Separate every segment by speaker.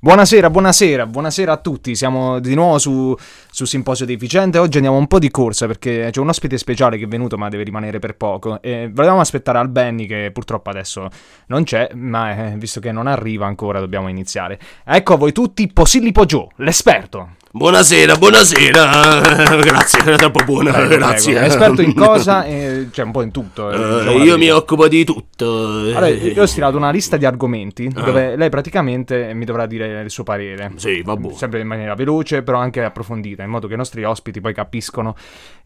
Speaker 1: Buonasera, buonasera, buonasera a tutti. Siamo di nuovo su, su Simposio Deficiente. Oggi andiamo un po' di corsa perché c'è un ospite speciale che è venuto ma deve rimanere per poco. E volevamo aspettare Al Benny che purtroppo adesso non c'è, ma eh, visto che non arriva ancora dobbiamo iniziare. Ecco a voi tutti Posillipo Gio, l'esperto.
Speaker 2: Eh, Buonasera, buonasera. grazie, era troppo buona.
Speaker 1: Prego, prego.
Speaker 2: grazie.
Speaker 1: L'esperto in cosa? Eh, cioè un po' in tutto. eh,
Speaker 2: Eh,
Speaker 1: diciamo la
Speaker 2: io mi
Speaker 1: verità.
Speaker 2: occupo di tutto.
Speaker 1: Allora,
Speaker 2: Eh,
Speaker 1: io ho stilato una lista di argomenti
Speaker 2: Ah.
Speaker 1: dove lei praticamente mi dovrà dire il suo parere.
Speaker 2: Eh, Sì, va buono.
Speaker 1: Sempre in maniera veloce, però anche approfondita, in modo che i nostri ospiti poi capiscono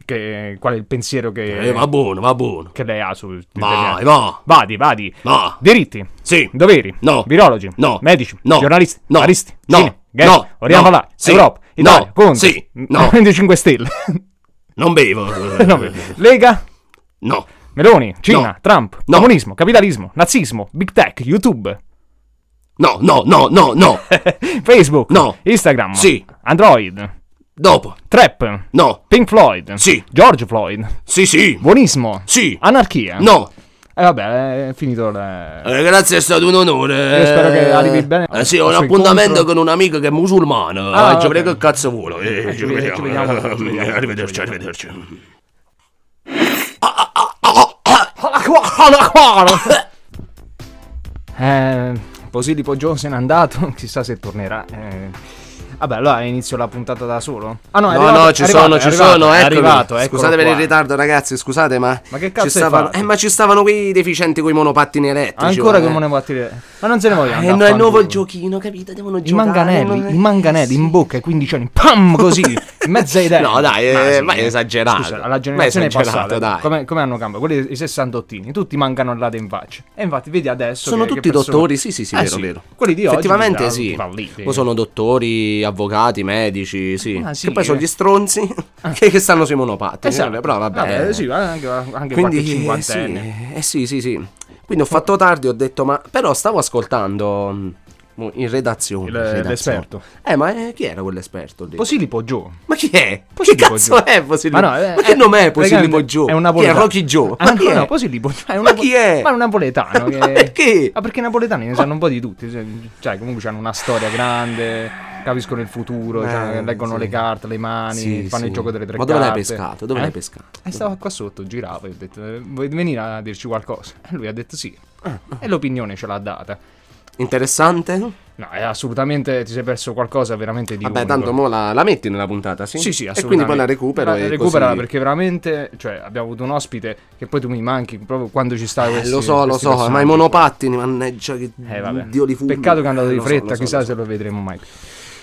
Speaker 1: che- qual è il pensiero che,
Speaker 2: Eh, va buono, va buono.
Speaker 1: che lei ha sul
Speaker 2: Vai, va.
Speaker 1: Vadi, vadi.
Speaker 2: Va.
Speaker 1: Diritti,
Speaker 2: Sì.
Speaker 1: doveri,
Speaker 2: No.
Speaker 1: virologi,
Speaker 2: No.
Speaker 1: medici,
Speaker 2: No.
Speaker 1: giornalisti,
Speaker 2: No.
Speaker 1: aristi,
Speaker 2: No.
Speaker 1: cinema, gay,
Speaker 2: No.
Speaker 1: Oriana
Speaker 2: No.
Speaker 1: Vallari,
Speaker 2: Sì.
Speaker 1: Europa, Italia,
Speaker 2: No.
Speaker 1: Conte,
Speaker 2: Sì. No.
Speaker 1: Movimento 5 Stelle,
Speaker 2: Non bevo. eh,
Speaker 1: No, Lega,
Speaker 2: no.
Speaker 1: Meloni, Cina,
Speaker 2: No.
Speaker 1: Trump,
Speaker 2: No.
Speaker 1: comunismo, capitalismo, nazismo, big tech, YouTube,
Speaker 2: No, no, no, no, no.
Speaker 1: Facebook,
Speaker 2: No.
Speaker 1: Instagram,
Speaker 2: Sì.
Speaker 1: Android,
Speaker 2: Dopo.
Speaker 1: Trap,
Speaker 2: No.
Speaker 1: Pink Floyd,
Speaker 2: Sì.
Speaker 1: George Floyd,
Speaker 2: Sì, sì.
Speaker 1: buonismo,
Speaker 2: Sì.
Speaker 1: anarchia.
Speaker 2: No.
Speaker 1: E vabbè, è finito il...
Speaker 2: Eh, grazie, è stato un onore.
Speaker 1: Io spero che arrivi bene
Speaker 2: Eh, sì,
Speaker 1: al
Speaker 2: ho un
Speaker 1: suo
Speaker 2: appuntamento
Speaker 1: incontro.
Speaker 2: con un amico che è musulmano.
Speaker 1: Ah,
Speaker 3: Eh,
Speaker 2: Ah, ci
Speaker 1: ok.
Speaker 2: vorrei che cazzo vuole. Eh, ci, vediamo.
Speaker 1: ci vediamo, ci vediamo.
Speaker 2: Arrivederci, arrivederci.
Speaker 1: Eh, Posilipo Joe se n'è andato, chissà se tornerà. eh. Vabbè, allora inizio la puntata da solo. Ah no, è
Speaker 3: No,
Speaker 1: arrivato,
Speaker 3: no, ci
Speaker 1: è arrivato,
Speaker 3: sono,
Speaker 1: è
Speaker 3: ci
Speaker 1: arrivato,
Speaker 3: sono,
Speaker 1: è
Speaker 3: eccomi.
Speaker 1: arrivato, eccolo
Speaker 3: Scusate per
Speaker 1: qua.
Speaker 3: il ritardo, ragazzi, scusate, ma.
Speaker 1: Ma che cazzo
Speaker 3: ci
Speaker 1: hai
Speaker 3: stavano...
Speaker 1: fatto?
Speaker 3: Eh, ma ci stavano qui i deficienti con i monopattini elettrici.
Speaker 1: Ancora
Speaker 3: eh.
Speaker 1: che me ne vuoi dire. Ma non se ne vogliono.
Speaker 3: Eh,
Speaker 1: andare
Speaker 3: no,
Speaker 1: a
Speaker 3: è nuovo il
Speaker 1: fanculo.
Speaker 3: giochino, capito? Devono
Speaker 1: I
Speaker 3: giocare. non
Speaker 1: manganelli,
Speaker 3: è-
Speaker 1: i manganelli in bocca ai 15 anni, pam, così, in mezzo ai denti.
Speaker 3: No, dai,
Speaker 1: Ma
Speaker 3: eh,
Speaker 1: sì.
Speaker 3: ma è esagerato.
Speaker 1: Scusa,
Speaker 3: Ma
Speaker 1: alla
Speaker 3: è
Speaker 1: generazione
Speaker 3: esagerato,
Speaker 1: passata, eh.
Speaker 3: dai.
Speaker 1: Come, come hanno cambiato? Quelli, i sessantottini, tutti mancano lade in faccia. E infatti, vedi adesso
Speaker 3: Sono
Speaker 1: che- che
Speaker 3: tutti
Speaker 1: persone-
Speaker 3: dottori, sì, sì, sì,
Speaker 1: Eh
Speaker 3: vero,
Speaker 1: sì,
Speaker 3: vero.
Speaker 1: Quelli di oggi
Speaker 3: Effettivamente
Speaker 1: già
Speaker 3: sì.
Speaker 1: falliti.
Speaker 3: O sono dottori, avvocati, medici, sì.
Speaker 1: Ah, sì,
Speaker 3: Che poi sono
Speaker 1: eh. Ah.
Speaker 3: gli stronzi che, che stanno sui monopattini.
Speaker 1: Esatto.
Speaker 3: Però vabbè. eh.
Speaker 1: sì, ma anche, anche qualche
Speaker 3: Quindi eh,
Speaker 1: cinquantenne.
Speaker 3: sì, eh, sì, sì, sì. Quindi ho fatto tardi, ho detto, ma però stavo ascoltando mm, in redazione,
Speaker 1: Il-
Speaker 3: in redazione.
Speaker 1: l'esperto.
Speaker 3: Eh, ma eh, chi era quell'esperto lì?
Speaker 1: Posilipo Gio.
Speaker 3: ma chi è? Che
Speaker 1: Posilipo
Speaker 3: cazzo
Speaker 1: Gio.
Speaker 3: è Posilipo?
Speaker 1: Ma no, eh,
Speaker 3: che
Speaker 1: eh,
Speaker 3: nome è Posilipo
Speaker 1: praticamente
Speaker 3: Gio?
Speaker 1: È un
Speaker 3: chi è
Speaker 1: napoletano.
Speaker 3: Rocky Gio?
Speaker 1: Ah,
Speaker 3: chi
Speaker 1: no,
Speaker 3: è?
Speaker 1: no, Posilipo Gio. È un
Speaker 3: Ma
Speaker 1: napo-
Speaker 3: chi è?
Speaker 1: Ma è un napoletano.
Speaker 3: Ma perché?
Speaker 1: Ma perché i napoletani ne sanno un po' di tutti. cioè, Cioè, comunque hanno una storia grande, capiscono il futuro, cioè,
Speaker 3: Eh,
Speaker 1: leggono
Speaker 3: sì.
Speaker 1: le carte, le mani,
Speaker 3: Sì,
Speaker 1: fanno il
Speaker 3: sì.
Speaker 1: gioco delle tre
Speaker 3: Ma
Speaker 1: carte.
Speaker 3: dove l'hai pescato? Dove
Speaker 1: Eh?
Speaker 3: l'hai pescato?
Speaker 1: Eh, stavo qua sotto, giravo e ho detto, eh, vuoi venire a dirci qualcosa? E lui ha detto sì.
Speaker 3: Ah,
Speaker 1: E l'opinione ce l'ha data.
Speaker 3: Interessante?
Speaker 1: No, è assolutamente, ti sei perso qualcosa veramente di
Speaker 3: Vabbè,
Speaker 1: unico.
Speaker 3: tanto mo la, la metti nella puntata, sì?
Speaker 1: Sì, sì, assolutamente.
Speaker 3: E quindi poi la recupero
Speaker 1: La
Speaker 3: e
Speaker 1: recuperala
Speaker 3: così-
Speaker 1: perché veramente, cioè, abbiamo avuto un ospite che poi tu mi manchi proprio quando ci stai
Speaker 3: Eh,
Speaker 1: questi-
Speaker 3: lo so, lo
Speaker 1: questi
Speaker 3: so, ma i
Speaker 1: personaggi.
Speaker 3: monopattini, manneggia che
Speaker 1: Eh, vabbè.
Speaker 3: Dio li fu.
Speaker 1: Peccato che è andato
Speaker 3: Eh,
Speaker 1: di
Speaker 3: lo so,
Speaker 1: fretta,
Speaker 3: lo so,
Speaker 1: chissà
Speaker 3: lo so.
Speaker 1: se lo vedremo mai.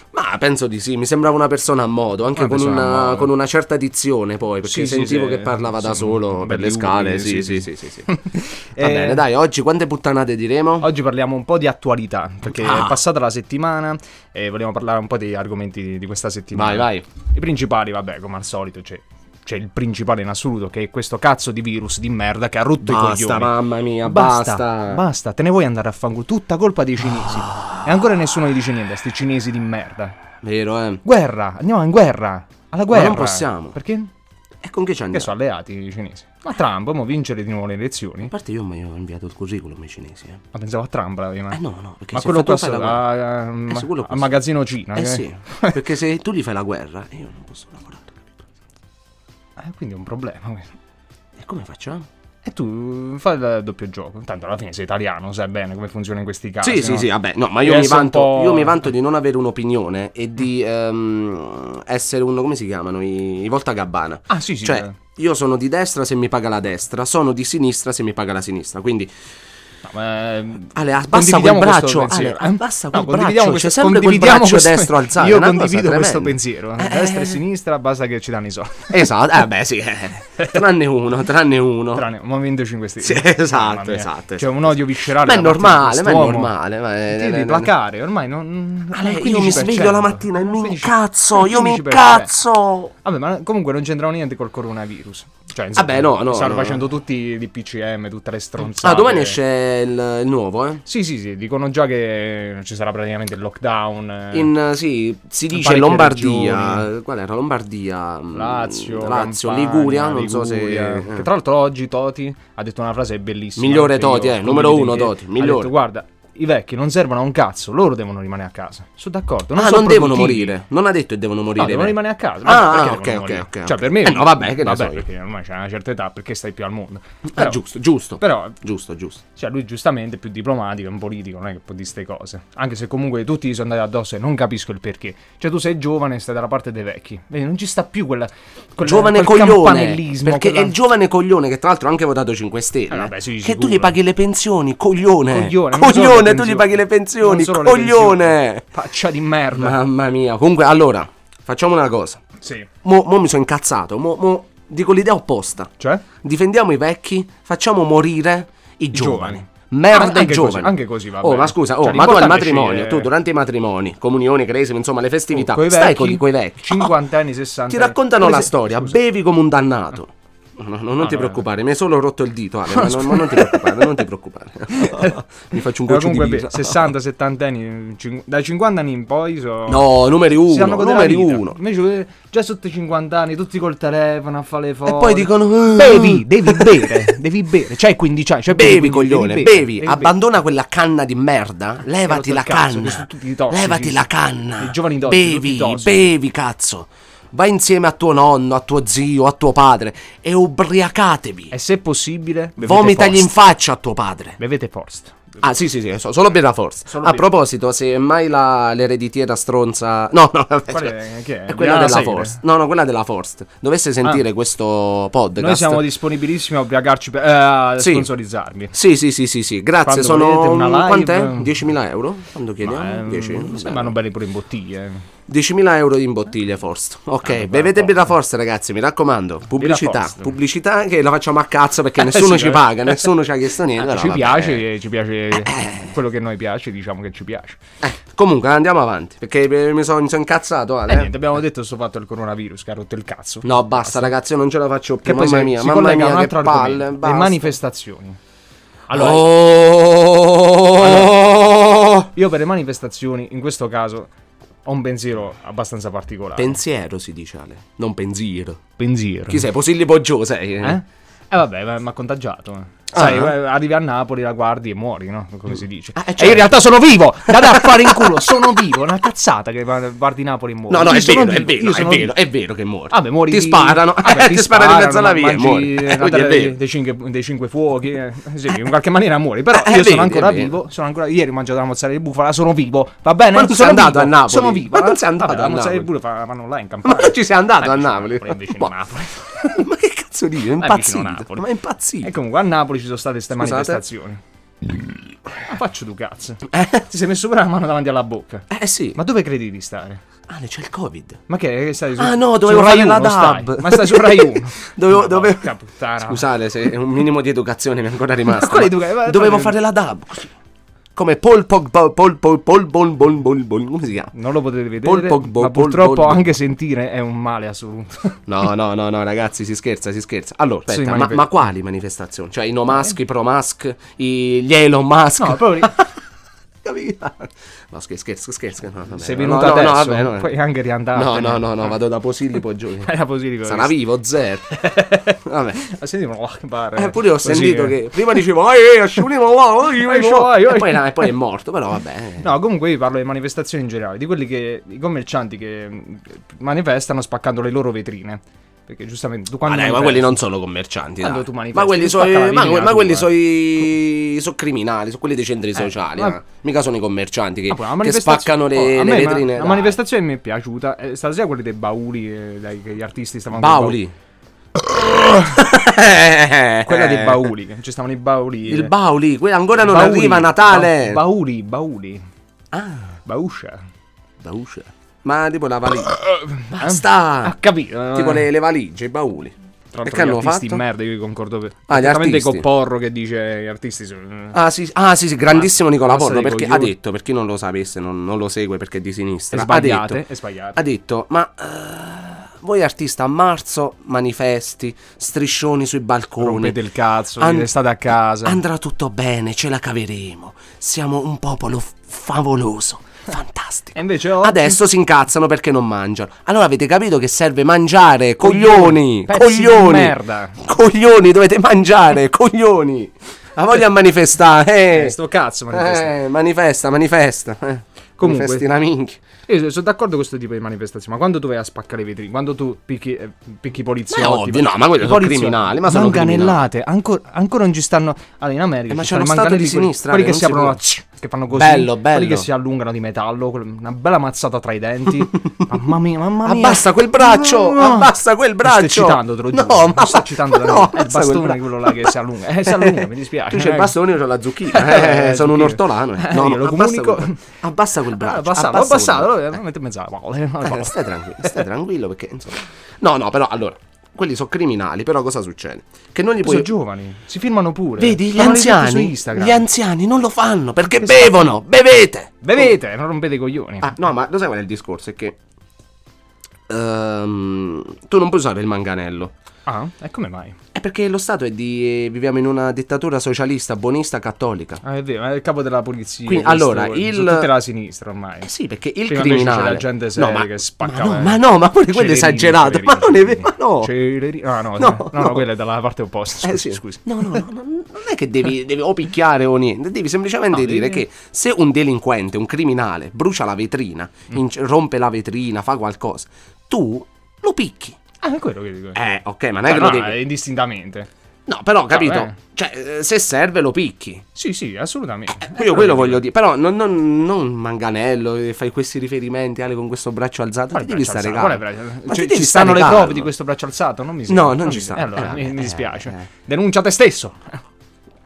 Speaker 3: Ma penso di sì, mi sembrava una persona a modo, anche
Speaker 1: Una
Speaker 3: con
Speaker 1: persona a
Speaker 3: una,
Speaker 1: modo.
Speaker 3: con una certa dizione poi, perché
Speaker 1: Sì, sì,
Speaker 3: sentivo
Speaker 1: sì,
Speaker 3: che parlava da
Speaker 1: sì,
Speaker 3: solo
Speaker 1: belli
Speaker 3: per le scale,
Speaker 1: umili,
Speaker 3: sì,
Speaker 1: sì,
Speaker 3: sì,
Speaker 1: sì.
Speaker 3: sì, sì, sì. Va
Speaker 1: Eh,
Speaker 3: bene, dai, oggi quante puttanate diremo?
Speaker 1: Oggi parliamo un po' di attualità, perché
Speaker 3: Ah.
Speaker 1: è passata la settimana e vogliamo parlare un po' degli argomenti di, di questa settimana.
Speaker 3: Vai, vai.
Speaker 1: I principali, vabbè, come al solito, c'è, c'è il principale in assoluto, che è questo cazzo di virus di merda che ha rotto i coglioni.
Speaker 3: Basta, mamma mia,
Speaker 1: Basta,
Speaker 3: basta.
Speaker 1: basta, te ne vuoi andare a fanculo, tutta colpa dei cinesi. E ancora nessuno gli dice niente a sti cinesi di merda.
Speaker 3: Vero, eh.
Speaker 1: Guerra, andiamo in guerra, alla guerra.
Speaker 3: non possiamo.
Speaker 1: Perché?
Speaker 3: E con che ci
Speaker 1: Che
Speaker 3: andiamo?
Speaker 1: sono alleati i cinesi. Ma Trump, mo vincere di nuovo le elezioni.
Speaker 3: A parte io mi ho inviato il curriculum ai cinesi, eh.
Speaker 1: Ma pensavo a Trump la prima.
Speaker 3: Eh no, no, perché
Speaker 1: Ma
Speaker 3: se
Speaker 1: quello
Speaker 3: fa-
Speaker 1: qua
Speaker 3: tu fai la
Speaker 1: sarà,
Speaker 3: guerra-
Speaker 1: eh,
Speaker 3: Eh,
Speaker 1: ma-
Speaker 3: su quello
Speaker 1: a
Speaker 3: posso-
Speaker 1: Magazzino Cina,
Speaker 3: Eh
Speaker 1: che-
Speaker 3: sì, perché se tu gli fai la guerra, io non posso lavorare, capito?
Speaker 1: Eh, quindi è un problema. questo.
Speaker 3: E come facciamo?
Speaker 1: E tu fai il doppio gioco. Tanto alla fine sei italiano, sai bene come funziona in questi casi.
Speaker 3: Sì, sì,
Speaker 1: no?
Speaker 3: sì, vabbè, no, ma io
Speaker 1: Devi
Speaker 3: mi,
Speaker 1: essere un
Speaker 3: vanto,
Speaker 1: po'-
Speaker 3: io mi vanto di non avere un'opinione e di ehm, essere uno, come si chiamano, i, i volta gabbana.
Speaker 1: Ah, sì, sì.
Speaker 3: Cioè,
Speaker 1: eh.
Speaker 3: io sono di destra se mi paga la destra, sono di sinistra se mi paga la sinistra, quindi...
Speaker 1: No, ma, eh,
Speaker 3: Ale, abbassa quel
Speaker 1: condividiamo questo
Speaker 3: braccio, Ale,
Speaker 1: pensiero. eh?
Speaker 3: abbassa quel
Speaker 1: No,
Speaker 3: braccio,
Speaker 1: condividiamo
Speaker 3: c'è
Speaker 1: questo-
Speaker 3: sempre quel
Speaker 1: condividiamo
Speaker 3: braccio
Speaker 1: questo-
Speaker 3: destro alzato.
Speaker 1: Io
Speaker 3: è una cosa
Speaker 1: condivido questo
Speaker 3: tremenda.
Speaker 1: pensiero.
Speaker 3: Eh,
Speaker 1: Destra e
Speaker 3: eh,
Speaker 1: sinistra, basta che ci danno i soldi.
Speaker 3: Esatto, eh beh sì, eh. tranne uno, tranne uno.
Speaker 1: Tranne Movimento 5 Stelle.
Speaker 3: Sì, esatto,
Speaker 1: Mamma mia.
Speaker 3: esatto,
Speaker 1: C'è
Speaker 3: esatto.
Speaker 1: un odio viscerale.
Speaker 3: Ma è
Speaker 1: da parte di
Speaker 3: normale, ma è
Speaker 1: quest'uomo.
Speaker 3: normale, ma è-
Speaker 1: Ti devi
Speaker 3: no, no, no.
Speaker 1: placare, ormai non...
Speaker 3: Ale,
Speaker 1: un
Speaker 3: Eh, io mi
Speaker 1: 15%.
Speaker 3: sveglio la mattina e mi
Speaker 1: 15%.
Speaker 3: incazzo, io mi
Speaker 1: 15%.
Speaker 3: incazzo.
Speaker 1: Vabbè, ma comunque non c'entrava niente col coronavirus. Cioè, insomma,
Speaker 3: Vabbè, no, no,
Speaker 1: Stanno
Speaker 3: no,
Speaker 1: facendo
Speaker 3: no.
Speaker 1: tutti i DPCM, tutte le stronzate.
Speaker 3: Ah, domani esce il, il nuovo, eh?
Speaker 1: Sì, sì, sì, dicono già che ci sarà praticamente il lockdown. eh.
Speaker 3: In, eh, sì, si dice
Speaker 1: parecchie
Speaker 3: Lombardia.
Speaker 1: regioni.
Speaker 3: Qual era? Lombardia, mh,
Speaker 1: Mm, Lazio,
Speaker 3: Lazio,
Speaker 1: Campania,
Speaker 3: Liguria. Non so se.
Speaker 1: Liguria.
Speaker 3: eh.
Speaker 1: Che tra l'altro oggi Toti ha detto una frase bellissima.
Speaker 3: Migliore
Speaker 1: che io
Speaker 3: Toti, eh,
Speaker 1: condivido
Speaker 3: numero uno
Speaker 1: di te.
Speaker 3: Toti,
Speaker 1: Ha detto,
Speaker 3: migliore.
Speaker 1: guarda, i vecchi non servono a un cazzo, loro devono rimanere a casa. Sono d'accordo.
Speaker 3: Non ah,
Speaker 1: sono
Speaker 3: non devono
Speaker 1: produttivi.
Speaker 3: morire. Non ha detto che devono morire.
Speaker 1: No, devono
Speaker 3: beh.
Speaker 1: rimanere a casa.
Speaker 3: Ah,
Speaker 1: perché
Speaker 3: ah,
Speaker 1: devono
Speaker 3: ok, ok,
Speaker 1: morire?
Speaker 3: ok, ok.
Speaker 1: Cioè, per me.
Speaker 3: Eh no, vabbè, che ne so io.
Speaker 1: perché ormai c'è una certa età, perché stai più al mondo.
Speaker 3: Ah, giusto, giusto.
Speaker 1: Però,
Speaker 3: Giusto, giusto.
Speaker 1: cioè, lui giustamente è più diplomatico, è un politico, non è che può dire queste cose. Anche se comunque tutti gli sono andati addosso e non capisco il perché. Cioè, tu sei giovane e stai dalla parte dei vecchi. Vedi, non ci sta più quella. quel-
Speaker 3: giovane
Speaker 1: quel
Speaker 3: coglione.
Speaker 1: campanellismo,
Speaker 3: Perché
Speaker 1: quella-
Speaker 3: è il giovane coglione che tra l'altro ha anche votato 5 Stelle.
Speaker 1: Ah, vabbè, sì,
Speaker 3: che
Speaker 1: sicuro.
Speaker 3: tu gli paghi le pensioni, coglione.
Speaker 1: Eh, Coglione, non solo
Speaker 3: Coglione,
Speaker 1: le
Speaker 3: tu gli
Speaker 1: pensioni.
Speaker 3: paghi le pensioni,
Speaker 1: Non solo le
Speaker 3: coglione.
Speaker 1: pensioni. Faccia di merda.
Speaker 3: Mamma mia. Comunque, allora, facciamo una cosa.
Speaker 1: Sì.
Speaker 3: Mo, mo mi sono incazzato, mo, mo dico l'idea opposta.
Speaker 1: Cioè?
Speaker 3: Difendiamo i vecchi, facciamo morire i
Speaker 1: giovani.
Speaker 3: giovani. Merda
Speaker 1: Anche
Speaker 3: i
Speaker 1: così,
Speaker 3: giovani.
Speaker 1: anche così va
Speaker 3: Oh,
Speaker 1: bene.
Speaker 3: ma scusa, oh,
Speaker 1: Cioè,
Speaker 3: ma tu al
Speaker 1: l'importante è
Speaker 3: matrimonio,
Speaker 1: scegliere-
Speaker 3: tu durante i matrimoni, comunioni, cresimi, insomma, le festività,
Speaker 1: Oh, coi
Speaker 3: stai
Speaker 1: vecchi,
Speaker 3: con i coi vecchi.
Speaker 1: 50 anni, 60
Speaker 3: Ti
Speaker 1: anni.
Speaker 3: raccontano
Speaker 1: Per
Speaker 3: la
Speaker 1: esempio-
Speaker 3: storia,
Speaker 1: scusa.
Speaker 3: bevi come un dannato. No, no, non
Speaker 1: no,
Speaker 3: ti
Speaker 1: no.
Speaker 3: preoccupare, mi hai solo rotto il dito, Ale, ma non, ma non ti preoccupare, non ti preoccupare. Mi faccio un
Speaker 1: Però
Speaker 3: goccio di
Speaker 1: comunque,
Speaker 3: birra.
Speaker 1: beh, 60, 70 anni, cin- dai 50 anni in poi sono...
Speaker 3: No, numeri
Speaker 1: si
Speaker 3: uno,
Speaker 1: hanno goduto la
Speaker 3: numeri
Speaker 1: vita.
Speaker 3: uno.
Speaker 1: Invece eh, già sotto i 50 anni, tutti col telefono a fare le foto.
Speaker 3: E poi dicono... "Ah, "Mm,
Speaker 1: Bevi, devi bere, devi bere. C'hai 15 anni, c'hai 15,
Speaker 3: Bevi, coglione, bevi,
Speaker 1: devi bere, devi
Speaker 3: abbandona quella canna di merda,
Speaker 1: rotto
Speaker 3: levati
Speaker 1: il
Speaker 3: la
Speaker 1: cazzo, che
Speaker 3: canna,
Speaker 1: sono tutti tossici.
Speaker 3: levati la canna,
Speaker 1: I giovani tossici, tutti
Speaker 3: bevi,
Speaker 1: tossici.
Speaker 3: bevi cazzo, vai insieme a tuo nonno, a tuo zio, a tuo padre e ubriacatevi,
Speaker 1: bere. E se possibile, Eh bevete
Speaker 3: vomitagli in
Speaker 1: Forst.
Speaker 3: faccia a tuo padre.
Speaker 1: Bevete Forst.
Speaker 3: Ah sì sì sì, so- solo birra forza.
Speaker 1: Solo
Speaker 3: a
Speaker 1: birra.
Speaker 3: proposito, se mai la, l'ereditiera stronza... No, no, vabbè,
Speaker 1: Qual è-
Speaker 3: cioè,
Speaker 1: chi è?
Speaker 3: quella
Speaker 1: Diana
Speaker 3: della
Speaker 1: Segre? Ah.
Speaker 3: Forst. No, no, quella della Forst. Dovesse sentire questo podcast.
Speaker 1: Noi siamo disponibilissimi a ubriacarci per eh, a
Speaker 3: Sì.
Speaker 1: sponsorizzarmi.
Speaker 3: Sì, sì, sì, sì, sì. grazie.
Speaker 1: Quando
Speaker 3: sono
Speaker 1: volete una live-
Speaker 3: quant'è? 10.000 euro? Quando chiediamo?
Speaker 1: Ma, ehm,
Speaker 3: 10?
Speaker 1: sembrano bene pure in bottiglie. eh.
Speaker 3: 10.000 euro in bottiglie, Forst. Ok,
Speaker 1: Ah,
Speaker 3: bevete
Speaker 1: Forst.
Speaker 3: birra Forst, ragazzi, mi raccomando. Pubblicità,
Speaker 1: Forst.
Speaker 3: pubblicità che la facciamo a cazzo perché nessuno
Speaker 1: sì,
Speaker 3: ci
Speaker 1: eh. Ah,
Speaker 3: paga, nessuno ci ha chiesto niente. però
Speaker 1: ci,
Speaker 3: vabbè.
Speaker 1: piace, ci piace, quello che a noi piace, diciamo che ci piace.
Speaker 3: Eh, comunque, andiamo avanti perché eh, mi sono mi sono incazzato. Ale.
Speaker 1: E Eh, niente, abbiamo detto sto fatto del coronavirus che ha rotto il cazzo.
Speaker 3: No, basta, ragazzi, io non ce la faccio più.
Speaker 1: Che poi
Speaker 3: Mm. mamma
Speaker 1: si-
Speaker 3: mia,
Speaker 1: si
Speaker 3: mamma
Speaker 1: collega a
Speaker 3: mia,
Speaker 1: un
Speaker 3: che
Speaker 1: altro
Speaker 3: palle.
Speaker 1: argomento,
Speaker 3: basta.
Speaker 1: le manifestazioni. Allora,
Speaker 3: Oh!
Speaker 1: io per le manifestazioni, in questo caso, ho un pensiero abbastanza particolare.
Speaker 3: Pensiero si dice, Ale. Non pensiero.
Speaker 1: pensiero.
Speaker 3: Chi sei? Posilli Poggio, sei?
Speaker 1: Eh? Eh vabbè, ma- mi ha contagiato.
Speaker 3: Ah.
Speaker 1: eh. Sai, eh, arrivi a Napoli, la guardi e muori, no? Come si dice.
Speaker 3: Ah, eh,
Speaker 1: E
Speaker 3: certo.
Speaker 1: io in realtà sono vivo! Date a fare in culo, sono vivo! È una cazzata che guardi Napoli e muori.
Speaker 3: No, no,
Speaker 1: Io
Speaker 3: è
Speaker 1: sono
Speaker 3: vero, è
Speaker 1: vivo, io
Speaker 3: vero, è
Speaker 1: sono
Speaker 3: vero,
Speaker 1: vivo.
Speaker 3: è vero che muori.
Speaker 1: Vabbè, muori
Speaker 3: Ti
Speaker 1: di-
Speaker 3: sparano,
Speaker 1: Vabbè,
Speaker 3: eh, ti sparano in mezzo alla via e
Speaker 1: mangi
Speaker 3: muori.
Speaker 1: la
Speaker 3: Eh, quindi
Speaker 1: terra
Speaker 3: è
Speaker 1: dei,
Speaker 3: vero.
Speaker 1: dei cinque, dei cinque fuochi. eh, sì, in qualche maniera muori. Però
Speaker 3: Eh,
Speaker 1: io
Speaker 3: è
Speaker 1: sono
Speaker 3: vero,
Speaker 1: ancora
Speaker 3: è vero.
Speaker 1: vivo. Sono ancora, ieri ho mangiato la mozzarella di bufala, sono vivo. Va bene?
Speaker 3: Ma non sei
Speaker 1: Sono
Speaker 3: andato
Speaker 1: vivo,
Speaker 3: a Napoli?
Speaker 1: Sono vivo.
Speaker 3: Ma non
Speaker 1: eh?
Speaker 3: sei andato
Speaker 1: Vabbè,
Speaker 3: a
Speaker 1: La mozzarella di
Speaker 3: Napoli?
Speaker 1: bufala vanno là in
Speaker 3: Ma
Speaker 1: Campania.
Speaker 3: non ci sei andato
Speaker 1: Eh,
Speaker 3: a
Speaker 1: vicino
Speaker 3: Napoli.
Speaker 1: Napoli, vicino
Speaker 3: Boh.
Speaker 1: Napoli.
Speaker 3: Ma che cazzo dici? È
Speaker 1: Eh, vicino
Speaker 3: impazzito.
Speaker 1: Napoli.
Speaker 3: Ma è impazzito.
Speaker 1: E comunque a Napoli ci sono state queste
Speaker 3: Scusate?
Speaker 1: manifestazioni. Ma faccio tu cazzo. Ti sei messo pure la mano davanti alla bocca.
Speaker 3: Eh sì.
Speaker 1: Ma dove credi di stare?
Speaker 3: Ale, c'è il Covid.
Speaker 1: Ma che che stai su?
Speaker 3: Ah no, dovevo
Speaker 1: su
Speaker 3: fare
Speaker 1: Rai
Speaker 3: la
Speaker 1: 1 stai?
Speaker 3: DAB.
Speaker 1: Ma stai su Rai 1.
Speaker 3: Dovevo-
Speaker 1: Ma
Speaker 3: dovevo-
Speaker 1: porca puttana.
Speaker 3: Scusate se un minimo di educazione mi è ancora
Speaker 1: Ma
Speaker 3: rimasto.
Speaker 1: Ah. quale
Speaker 3: ma
Speaker 1: educa- ma-
Speaker 3: Dovevo
Speaker 1: ma-
Speaker 3: fare la dab. così. Come Paul Pogba, Paul Paul Paul Paul Paul Paul Paul come si chiama?
Speaker 1: Non lo potete vedere,
Speaker 3: Pol- pol- pol-
Speaker 1: ma
Speaker 3: pol-
Speaker 1: purtroppo
Speaker 3: pol-
Speaker 1: anche sentire è un male assoluto.
Speaker 3: No, no, no, no, ragazzi, si scherza, si scherza. Allora,
Speaker 1: Sì,
Speaker 3: aspetta, ma,
Speaker 1: manifest-
Speaker 3: ma quali manifestazioni? Cioè i no mask, i pro mask, i, gli Elon Musk.
Speaker 1: No, proprio
Speaker 3: No, scherzo, scherzo, scherzo. No, vabbè,
Speaker 1: sei
Speaker 3: no,
Speaker 1: venuto
Speaker 3: no, no,
Speaker 1: adesso,
Speaker 3: vabbè, no.
Speaker 1: poi anche riandato.
Speaker 3: No, no, no, no, vado da Posilli poi giù.
Speaker 1: Era così di
Speaker 3: Sarà vivo, zero. Vabbè.
Speaker 1: Sentimo, oh, che pare.
Speaker 3: Eh, pure io ho
Speaker 1: Così,
Speaker 3: sentito
Speaker 1: eh.
Speaker 3: che prima dicevo, eh, eh, sciulino là, eh,
Speaker 1: Eh,
Speaker 3: eh,
Speaker 1: sciu-
Speaker 3: là."
Speaker 1: eh,
Speaker 3: E poi,
Speaker 1: eh.
Speaker 3: no, e poi è morto, però vabbè. eh.
Speaker 1: No, comunque io parlo di manifestazioni in generale, di quelli che i commercianti che mh, manifestano spaccando le loro vetrine. Perché giustamente tu
Speaker 3: Ma
Speaker 1: quando
Speaker 3: Ah, dai, ma
Speaker 1: manifesti-
Speaker 3: quelli non sono commercianti.
Speaker 1: Quando
Speaker 3: dai.
Speaker 1: tu manifesti,
Speaker 3: ma quelli
Speaker 1: ti
Speaker 3: sono.
Speaker 1: spacca la
Speaker 3: Ma,
Speaker 1: linea
Speaker 3: ma
Speaker 1: tu,
Speaker 3: quelli
Speaker 1: eh.
Speaker 3: sono i. Sono criminali, sono quelli dei centri sociali.
Speaker 1: ma-
Speaker 3: eh. Mica sono i commercianti che,
Speaker 1: Ah, poi la
Speaker 3: che
Speaker 1: manifestazio-
Speaker 3: spaccano
Speaker 1: oh,
Speaker 3: le,
Speaker 1: a
Speaker 3: le
Speaker 1: me ma-
Speaker 3: vetrine.
Speaker 1: La
Speaker 3: dai.
Speaker 1: manifestazione mi è piaciuta, è stata sia quella dei bauli eh, dai, che gli artisti stavano con i
Speaker 3: Bauli.
Speaker 1: Quella dei bauli, che ci stavano i bauli.
Speaker 3: Eh.
Speaker 1: eh.
Speaker 3: Il Bauli, quello ancora non
Speaker 1: Bauli,
Speaker 3: arriva a Natale.
Speaker 1: ba- bauli, bauli.
Speaker 3: ah,
Speaker 1: Bauscia.
Speaker 3: Bauscia. Ma tipo la valigia.
Speaker 1: Eh?
Speaker 3: Basta.
Speaker 1: Ha capito. eh.
Speaker 3: Ah. Tipo le, le valigie, i bauli.
Speaker 1: Tra
Speaker 3: E
Speaker 1: l'altro
Speaker 3: che
Speaker 1: gli
Speaker 3: hanno
Speaker 1: artisti
Speaker 3: fatto?
Speaker 1: merda, io concordo per...
Speaker 3: Ah, gli
Speaker 1: praticamente
Speaker 3: artisti.
Speaker 1: con Porro che dice gli artisti sono...
Speaker 3: Ah sì, ah, sì, sì, grandissimo Nicola
Speaker 1: Basta
Speaker 3: Porro
Speaker 1: dei
Speaker 3: perché ha
Speaker 1: coglioni.
Speaker 3: detto, per chi non lo sapesse, non, non lo segue perché è di
Speaker 1: E
Speaker 3: sinistra, ha
Speaker 1: sbagliate,
Speaker 3: detto,
Speaker 1: e sbagliate.
Speaker 3: ha detto, ma eh, voi artista a marzo manifesti, striscioni sui balconi,
Speaker 1: Rompete il cazzo,
Speaker 3: An-
Speaker 1: restate a casa.
Speaker 3: andrà tutto bene, ce la caveremo, siamo un popolo f- favoloso, fantastico.
Speaker 1: e invece oh, oggi...
Speaker 3: Adesso si incazzano perché non mangiano. Allora avete capito che serve mangiare,
Speaker 1: Coglioni,
Speaker 3: coglioni,
Speaker 1: pezzi di
Speaker 3: coglioni,
Speaker 1: merda.
Speaker 3: coglioni, dovete mangiare, coglioni. La voglia manifestare.
Speaker 1: Eh,
Speaker 3: eh.
Speaker 1: sto cazzo, manifesta.
Speaker 3: Eh, manifesta, manifesta. eh.
Speaker 1: Comunque.
Speaker 3: Manifesti una minchia.
Speaker 1: Io sono d'accordo con questo tipo di manifestazioni, ma quando tu vai a spaccare i vetri, quando tu picchi, eh, picchi i poliziotti,
Speaker 3: Ma è ovvio, no, ma quelli
Speaker 1: i
Speaker 3: sono
Speaker 1: poliziotti-
Speaker 3: criminali, ma sono
Speaker 1: manganellate, ancora, ancora non ci stanno allora in America,
Speaker 3: Eh, ma
Speaker 1: ci
Speaker 3: c'è
Speaker 1: stanno
Speaker 3: uno
Speaker 1: i
Speaker 3: stato
Speaker 1: manganelli
Speaker 3: di
Speaker 1: quelli-
Speaker 3: sinistra
Speaker 1: quelli
Speaker 3: che
Speaker 1: che si
Speaker 3: non si
Speaker 1: aprono,
Speaker 3: può.
Speaker 1: la- che fanno così,
Speaker 3: Bello,
Speaker 1: quelli
Speaker 3: bello.
Speaker 1: che si allungano di metallo, quel- una bella mazzata tra i denti. mamma mia, mamma mia.
Speaker 3: Abbassa quel braccio,
Speaker 1: No.
Speaker 3: abbassa quel braccio.
Speaker 1: Mi sto eccitando, te lo giuro.
Speaker 3: No,
Speaker 1: mi
Speaker 3: ma-
Speaker 1: sto eccitando
Speaker 3: ma
Speaker 1: da- è
Speaker 3: no,
Speaker 1: il
Speaker 3: abbassa quel
Speaker 1: bastone
Speaker 3: bra-
Speaker 1: quello là che si allunga. Eh, si allunga, mi dispiace.
Speaker 3: Tu c'hai il
Speaker 1: Eh,
Speaker 3: bastone, io c'ho la zucchina. Eh,
Speaker 1: Eh,
Speaker 3: sono un
Speaker 1: zucchine.
Speaker 3: ortolano. eh.
Speaker 1: Eh,
Speaker 3: No, no,
Speaker 1: io lo
Speaker 3: abbassa
Speaker 1: comunico.
Speaker 3: quel bra- Abbassa quel braccio.
Speaker 1: Ah, Abbassato,
Speaker 3: abbassa quel
Speaker 1: abbassato,
Speaker 3: braccio.
Speaker 1: allora, metto in mezzo alla palla. alla
Speaker 3: Eh,
Speaker 1: palla.
Speaker 3: stai tranquillo, stai tranquillo perché insomma. No, no, però allora, quelli sono criminali, però cosa succede? Che non gli
Speaker 1: Sono
Speaker 3: puoi Eh.
Speaker 1: giovani, si filmano pure.
Speaker 3: Vedi, gli
Speaker 1: Fanno le foto su
Speaker 3: anziani,
Speaker 1: Instagram.
Speaker 3: gli anziani non lo fanno perché bevono, bevete.
Speaker 1: Bevete, non rompete i coglioni.
Speaker 3: Ah, no, ma lo sai qual è il discorso? È che ehm, tu non puoi usare il manganello.
Speaker 1: Ah, e come mai?
Speaker 3: È perché lo Stato è di. viviamo in una dittatura socialista, buonista, cattolica.
Speaker 1: Ah, è vero, è il capo della polizia.
Speaker 3: Quindi,
Speaker 1: questo,
Speaker 3: allora,
Speaker 1: su
Speaker 3: il-
Speaker 1: tutta la sinistra ormai.
Speaker 3: Eh sì, perché il
Speaker 1: Prima invece
Speaker 3: criminale.
Speaker 1: c'era gente seria
Speaker 3: no, ma,
Speaker 1: che eh. spacca.
Speaker 3: ma no, ma no, ma pure quello è esagerato. Ma non è vero, ma no.
Speaker 1: Ah, no,
Speaker 3: No,
Speaker 1: no, no,
Speaker 3: no.
Speaker 1: quella è dalla parte opposta. Scusi,
Speaker 3: Eh sì.
Speaker 1: scusi.
Speaker 3: No, no, no, no, non è che devi, devi o picchiare o niente, devi semplicemente
Speaker 1: No,
Speaker 3: dire
Speaker 1: devi-
Speaker 3: che se un delinquente, un criminale, brucia la vetrina,
Speaker 1: Mm.
Speaker 3: in- rompe la vetrina, fa qualcosa, tu lo picchi.
Speaker 1: Ah, è quello che dico. io.
Speaker 3: Eh, ok, ma non è
Speaker 1: Ah,
Speaker 3: che
Speaker 1: no,
Speaker 3: lo devi...
Speaker 1: indistintamente.
Speaker 3: No, però, capito?
Speaker 1: eh.
Speaker 3: Cioè, eh, se serve lo picchi.
Speaker 1: Sì, sì, assolutamente. Eh,
Speaker 3: Io Eh, quello voglio dire, però non, non, non manganello, eh, fai questi riferimenti Ale con questo braccio alzato,
Speaker 1: Quale
Speaker 3: ti devi
Speaker 1: braccio
Speaker 3: stare
Speaker 1: alzato?
Speaker 3: calmo.
Speaker 1: Quale braccio-
Speaker 3: Ma
Speaker 1: Cioè,
Speaker 3: ti devi
Speaker 1: ci
Speaker 3: stare
Speaker 1: stanno le
Speaker 3: calmo.
Speaker 1: prove di questo braccio alzato? Non mi sembra.
Speaker 3: non ci
Speaker 1: mi
Speaker 3: stanno.
Speaker 1: sembra. Eh, allora,
Speaker 3: Eh,
Speaker 1: mi, mi
Speaker 3: eh,
Speaker 1: dispiace.
Speaker 3: eh.
Speaker 1: Denuncia te stesso.